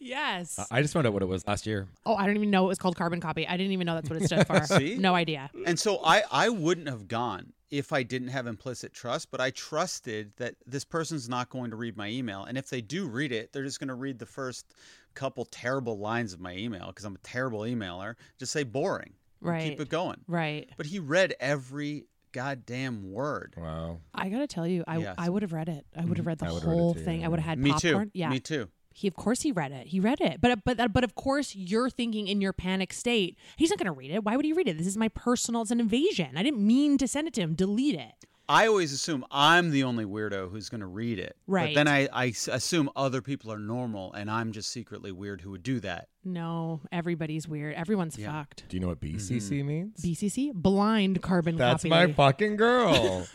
C: yes.
E: Uh,
D: I just found out what it was last year.
C: oh, I don't even know it was called carbon copy. I didn't even know that's what it
E: (laughs)
C: stood for.
E: See?
C: No idea.
E: And so I, I wouldn't have gone if I didn't have implicit trust, but I trusted that this person's not going to read my email. And if they do read it, they're just going to read the first couple terrible lines of my email because I'm a terrible emailer. Just say boring. and
C: Right.
E: Keep it going.
C: Right.
E: But he read every goddamn word.
D: Wow.
C: I gotta tell you, I
E: Yes. Mm-hmm.
C: I would have read it. I would have read the
D: I would've read it
C: whole
D: too,
C: thing. I
D: yeah.
C: would have had
E: Me
C: popcorn.
E: too.
C: Yeah.
E: Me too.
C: He of course he read it. He read it. But but but of course you're thinking in your panic state, he's not gonna read it. Why would he read it? This is my personal it's an invasion. I didn't mean to send it to him. Delete it.
E: I always assume I'm the only weirdo who's going to read it.
C: Right.
E: But then I, I s- assume other people are normal and I'm just secretly weird who would do that.
C: No, everybody's weird. Everyone's
E: Yeah.
C: fucked.
D: Do you know what BCC
E: Mm-hmm.
D: means?
C: BCC blind carbon
D: That's
C: copy.
D: my fucking girl.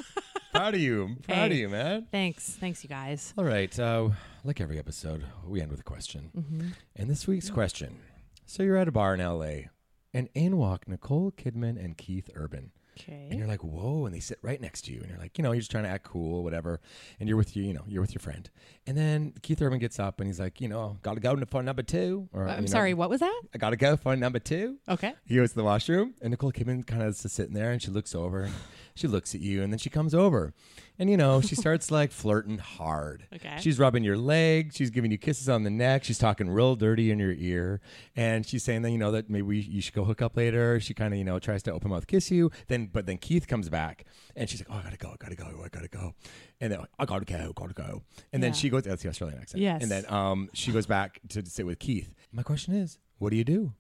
D: proud of you. I'm proud of
C: Hey.
D: you, man.
C: Thanks. Thanks you guys.
D: All right. Uh, like every episode, we end with a question. And this week's question So you're at a bar in LA, and in walk Nicole Kidman and Keith Urban. And
C: Okay.
D: you're like, whoa, and they sit right next to you. And you're like, you know, you're just trying to act cool, whatever. And you're with you, you know, you're with your friend. And then Keith Urban gets up and he's like, you know, gotta go for number two. Or you know,
C: I'm sorry, what was that?
D: I gotta go for number two.
C: (laughs) Okay.
D: He goes to the washroom, and Nicole Kidman kind of is just sitting there, and she looks over, and she looks at you, and then she comes over, and you know she starts like flirting hard.
C: Okay.
D: She's rubbing your leg, she's giving you kisses on the neck, she's talking real dirty in your ear, and she's saying that you know that maybe we, you should go hook up later. She kind of you know tries to open mouth kiss you, then but then Keith comes back, and she's like, oh I gotta go, I gotta go, I gotta go, and then I gotta go, gotta go, and then
C: Yeah.
D: she goes that's the Australian accent,
C: Yes.
D: and then um she goes back to sit with Keith. My question is, what do you do?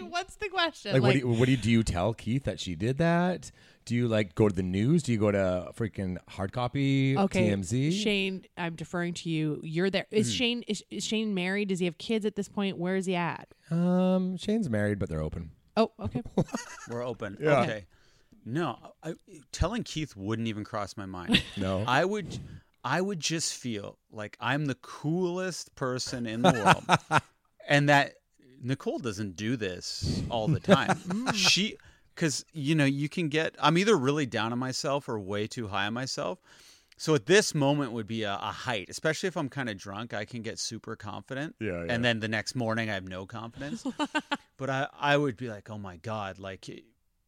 C: Wait, what's the question?
D: like, what, do you, what do you do you tell keith that she did that do you like go to the news do you go to freaking hard copy
C: okay,
D: tmz
C: Shane, I'm deferring to you. You're there. Is
D: Mm.
C: Shane is, is Shane married? Does he have kids at this point? Where is he at?
D: um shane's married but they're open
C: Oh, okay.
D: (laughs)
E: We're open.
D: Yeah.
E: Okay. No, I, telling Keith wouldn't even cross
D: (laughs)
E: my mind.
D: no
E: I would, I would just feel like I'm the coolest person in the world,
D: (laughs)
E: and that Nicole doesn't do this all
D: (laughs)
E: the time. she, because you know, you can get. I'm either really down on myself or way too high on myself. So at this moment would be a, a height, especially if I'm kind of drunk. I can get super confident,
D: Yeah, yeah.
E: and then the next morning I have no confidence. but I, I would be like, oh my god, like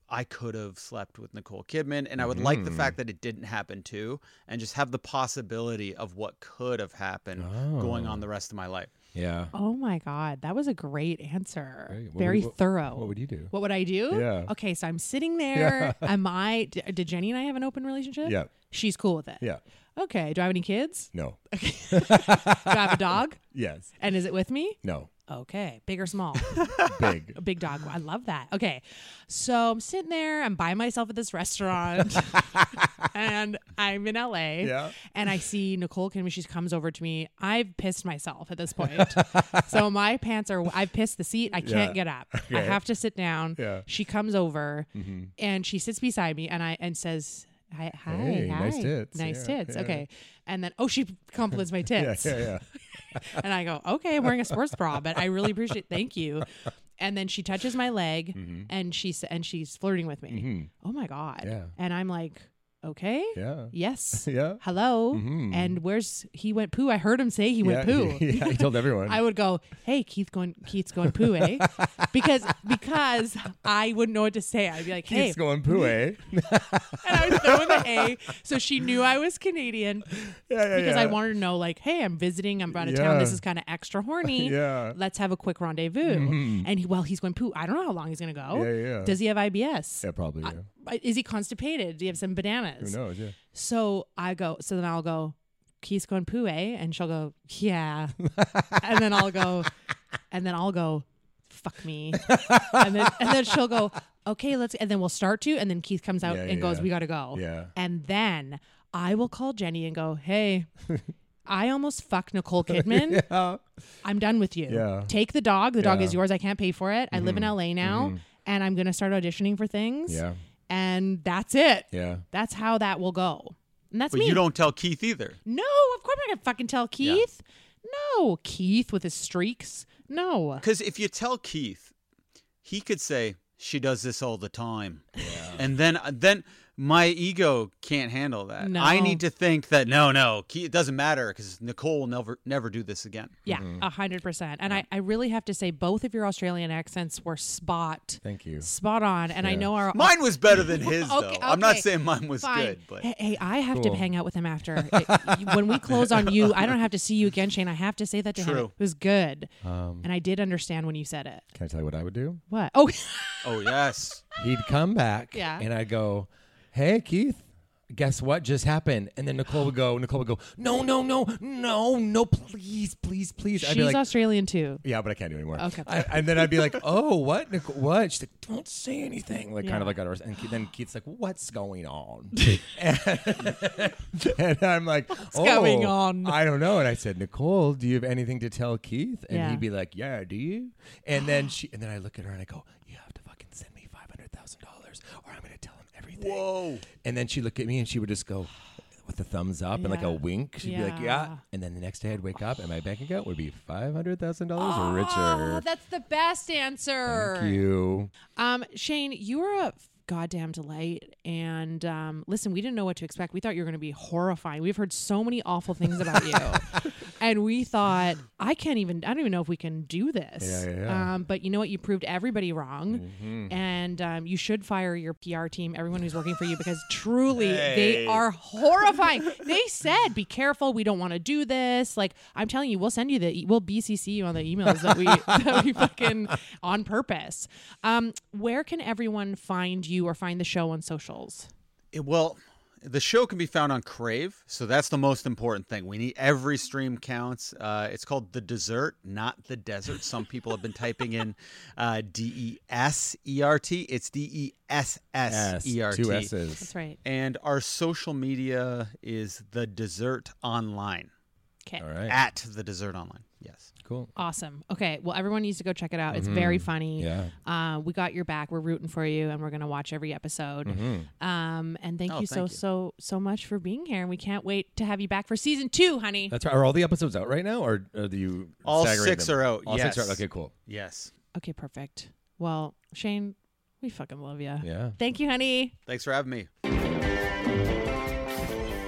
E: I could have slept with Nicole Kidman, and I would like the fact that it didn't happen too, and just have the possibility of what could have happened going
D: Oh.
E: on the rest of my life.
D: yeah
C: oh my God, that was a great answer.
D: Great. What
C: Very
D: would- what-
C: thorough.
D: what would you do?
C: What would I do?
D: Yeah.
C: Okay, so I'm
D: (laughs)
C: sitting there. Am I? d- Did Jenny and I have an open relationship?
D: Yeah.
C: She's cool with it.
D: yeah
C: Okay. Do I have any kids?
D: no
C: Do I have a dog?
D: (laughs) yes
C: And is it with me? (laughs)
D: no
C: Okay. Big or
D: (laughs)
C: small?
D: big
C: (laughs) a big dog. I love that. Okay. So I'm sitting there, I'm by myself at this restaurant, (laughs) and I'm in LA.
D: Yeah.
C: And I see Nicole Kidman. She comes over to me. I've pissed myself at this
D: (laughs)
C: point. so my pants are, I've pissed the seat. I can't
D: Yeah.
C: get up. I
D: Okay.
C: have to sit down.
D: Yeah. Mm-hmm.
C: She comes over and she sits beside me and I, and says, Hi, hi,
D: Hey,
C: hi.
D: nice tits.
C: Nice
D: Yeah,
C: tits.
D: yeah.
C: Okay. And then, oh, she compliments my tits.
D: (laughs) yeah yeah
C: And I go, okay, I'm wearing a sports bra, but I really appreciate. Thank you. And then she
D: Mm-hmm.
C: touches my leg, and she s- and she's flirting with me. Oh my god!
D: Yeah.
C: And I'm like, okay.
D: Yeah.
C: Yes.
D: (laughs) Yeah.
C: Hello.
D: Mhm.
C: And where's he went poo? I heard him say he went
D: yeah,
C: poo.
D: (laughs) yeah, I told everyone.
C: (laughs) I would go, hey, Keith going, Keith's going poo, eh? because because I wouldn't know what to say. I'd be like, hey,
D: (laughs) Keith's going
C: (laughs)
D: poo, eh? (laughs) yeah,
C: and I was throwing the A, so she knew I was Canadian
D: yeah,
C: because
D: yeah.
C: I wanted her to know, like, hey, I'm visiting, I'm out of town,
D: Yeah.
C: this is kind of extra horny.
D: (laughs) Yeah.
C: Let's have a quick rendezvous. And he, well, he's going poo. I don't know how long he's going to go.
D: Mm-hmm. Yeah, yeah, yeah.
C: Does he have IBS?
D: Yeah, probably. Yeah.
C: Uh, Is he constipated? Do you have some bananas?
D: Who knows?
C: (laughs)
D: Yeah.
C: So I go, so then I'll go, Keith's going poo, eh? And she'll go,
D: (laughs)
C: yeah. and then I'll go, and then I'll go, fuck me. and, then, and then she'll go, okay, let's, and then we'll start to, and then Keith comes out
D: Yeah,
C: and
D: yeah,
C: goes,
D: yeah.
C: we got to go.
D: Yeah.
C: And then I will call Jenny and go,
D: (laughs)
C: hey, I almost fucked Nicole Kidman.
D: Yeah.
C: I'm done with you.
D: Yeah.
C: Take the dog. The dog
D: Yeah. Mm-hmm.
C: is yours. I can't pay for it. I live in LA now, and I'm going to start auditioning for things.
D: Yeah.
C: And that's it.
D: Yeah.
C: That's how that will go. And that's
E: But
C: me.
E: you don't tell Keith either.
C: No, of course I'm not gonna fucking tell Keith. No, Keith with his streaks. No.
E: Because if you tell Keith, he could say she does this all the time, and then uh, then my ego can't handle that.
C: No.
E: I need to think that no, no, Keith, it doesn't matter because Nicole will never never do this again.
C: Yeah,
D: Mm-hmm.
C: a hundred percent. And I, I really have to say both of your Australian accents were spot
D: Thank you.
C: spot on. And I know our
E: Mine was
C: (laughs)
E: better than his though.
C: Okay,
E: I'm not
C: okay,
E: saying mine was
C: fine.
E: good, but
C: hey, hey, I have
D: Cool.
C: to hang out with him after. I- you- when we close on you, I don't have to see you again, Shane. I have to say that to him.
E: True.
C: It was good,
D: Um,
C: and I did understand when you said it.
D: Can I tell you what I would do?
C: What? Oh, (laughs)
E: oh yes,
D: He'd come back.
C: Yeah.
D: And I'd go, hey, Keith. Guess what just happened? And then Nicole would go, Nicole would go, no, no, no, no, no, please, please, please. I'd be
C: she's
D: like,
C: Australian too.
D: Yeah, but I can't do it anymore.
C: Okay.
D: I, and then I'd be like, oh, what? Nicole, what? She's like, don't say anything. Like, kind
C: Yeah.
D: of like, at her- and Ke- then Keith's like, what's
C: (laughs)
D: going on? and, and I'm like, what's
C: going on?"
D: I don't know. And I said, Nicole, do you have anything to tell Keith? And
C: Yeah.
D: he'd be like, yeah, do you? And then she, and then I look at her and I go, you have to fucking send me $500,000 or I'm going to tell him everything.
E: whoa,
D: And then she'd look at me and she would just go with the thumbs up and like
C: Yeah.
D: a wink. She'd be like,
C: Yeah.
D: yeah. And then the next day I'd wake up and my bank account would be $500,000 richer.
C: Oh, that's the best answer.
D: Thank you.
C: Um, Shane, you were a goddamn delight. And um, listen, we didn't know what to expect. We thought you were going to be horrifying. We've heard so many awful things about
D: (laughs)
C: you, and we thought I can't even. I don't even know if we can do this.
D: Yeah, yeah, yeah.
C: Um, but you know what? You proved everybody wrong,
D: Mm-hmm.
C: and um, you should fire your PR team, everyone who's working for you, because truly they are horrifying. they said, "Be careful. We don't want to do this." Like I'm telling you, we'll send you the. e, We'll BCC you on the emails that we (laughs) that we fucking on purpose. Um, where can everyone find you or find the show on socials?
E: It- well, the show can be found on Crave, so that's the most important thing. We need every stream counts. Uh, it's called The Dessert, not The Desert. Some people have been typing in uh, D E S E R T. It's D E S S E R
D: Two
E: T.
D: S's.
C: That's right.
E: And our social media is The Dessert Online,
C: Okay.
D: All right.
E: at The Dessert Online. Yes.
D: Cool.
C: Awesome. Okay. Well, everyone needs to go check it out. It's very
D: Mm-hmm.
C: funny.
D: Yeah.
C: Uh, we got your back. We're rooting for you, and we're gonna watch every episode. Um, and thank
E: Oh,
C: you so
E: thank you.
C: so so much for being here. And we can't wait to have you back for season two, honey.
D: That's right. Are all the episodes out right now, or are you
E: All
D: staggering
E: six
D: them?
E: are out,
D: All six
E: yes.
D: are out. Okay, cool.
E: Yes.
C: okay. Perfect. Well, Shane, we fucking love you.
D: Yeah.
C: Thank you, honey.
E: Thanks for having me.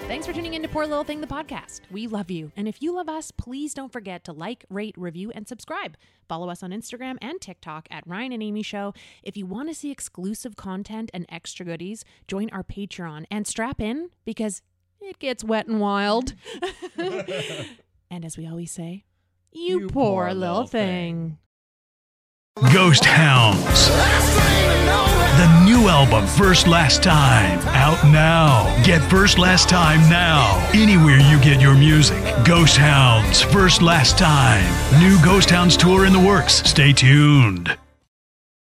C: Thanks for tuning in to Poor Little Thing, the podcast. We love you. And if you love us, please don't forget to like, rate, review, and subscribe. Follow us on Instagram and TikTok at Ryan and Amy Show. If you want to see exclusive content and extra goodies, join our Patreon and strap in because it gets wet and (laughs) wild. and as we always say, you, poor, little, thing.
H: Ghost Hounds. The new album, First Last Time, out now. Get First Last Time now. Anywhere you get your music. Ghost Hounds, First Last Time. New Ghost Hounds tour in the works. Stay tuned.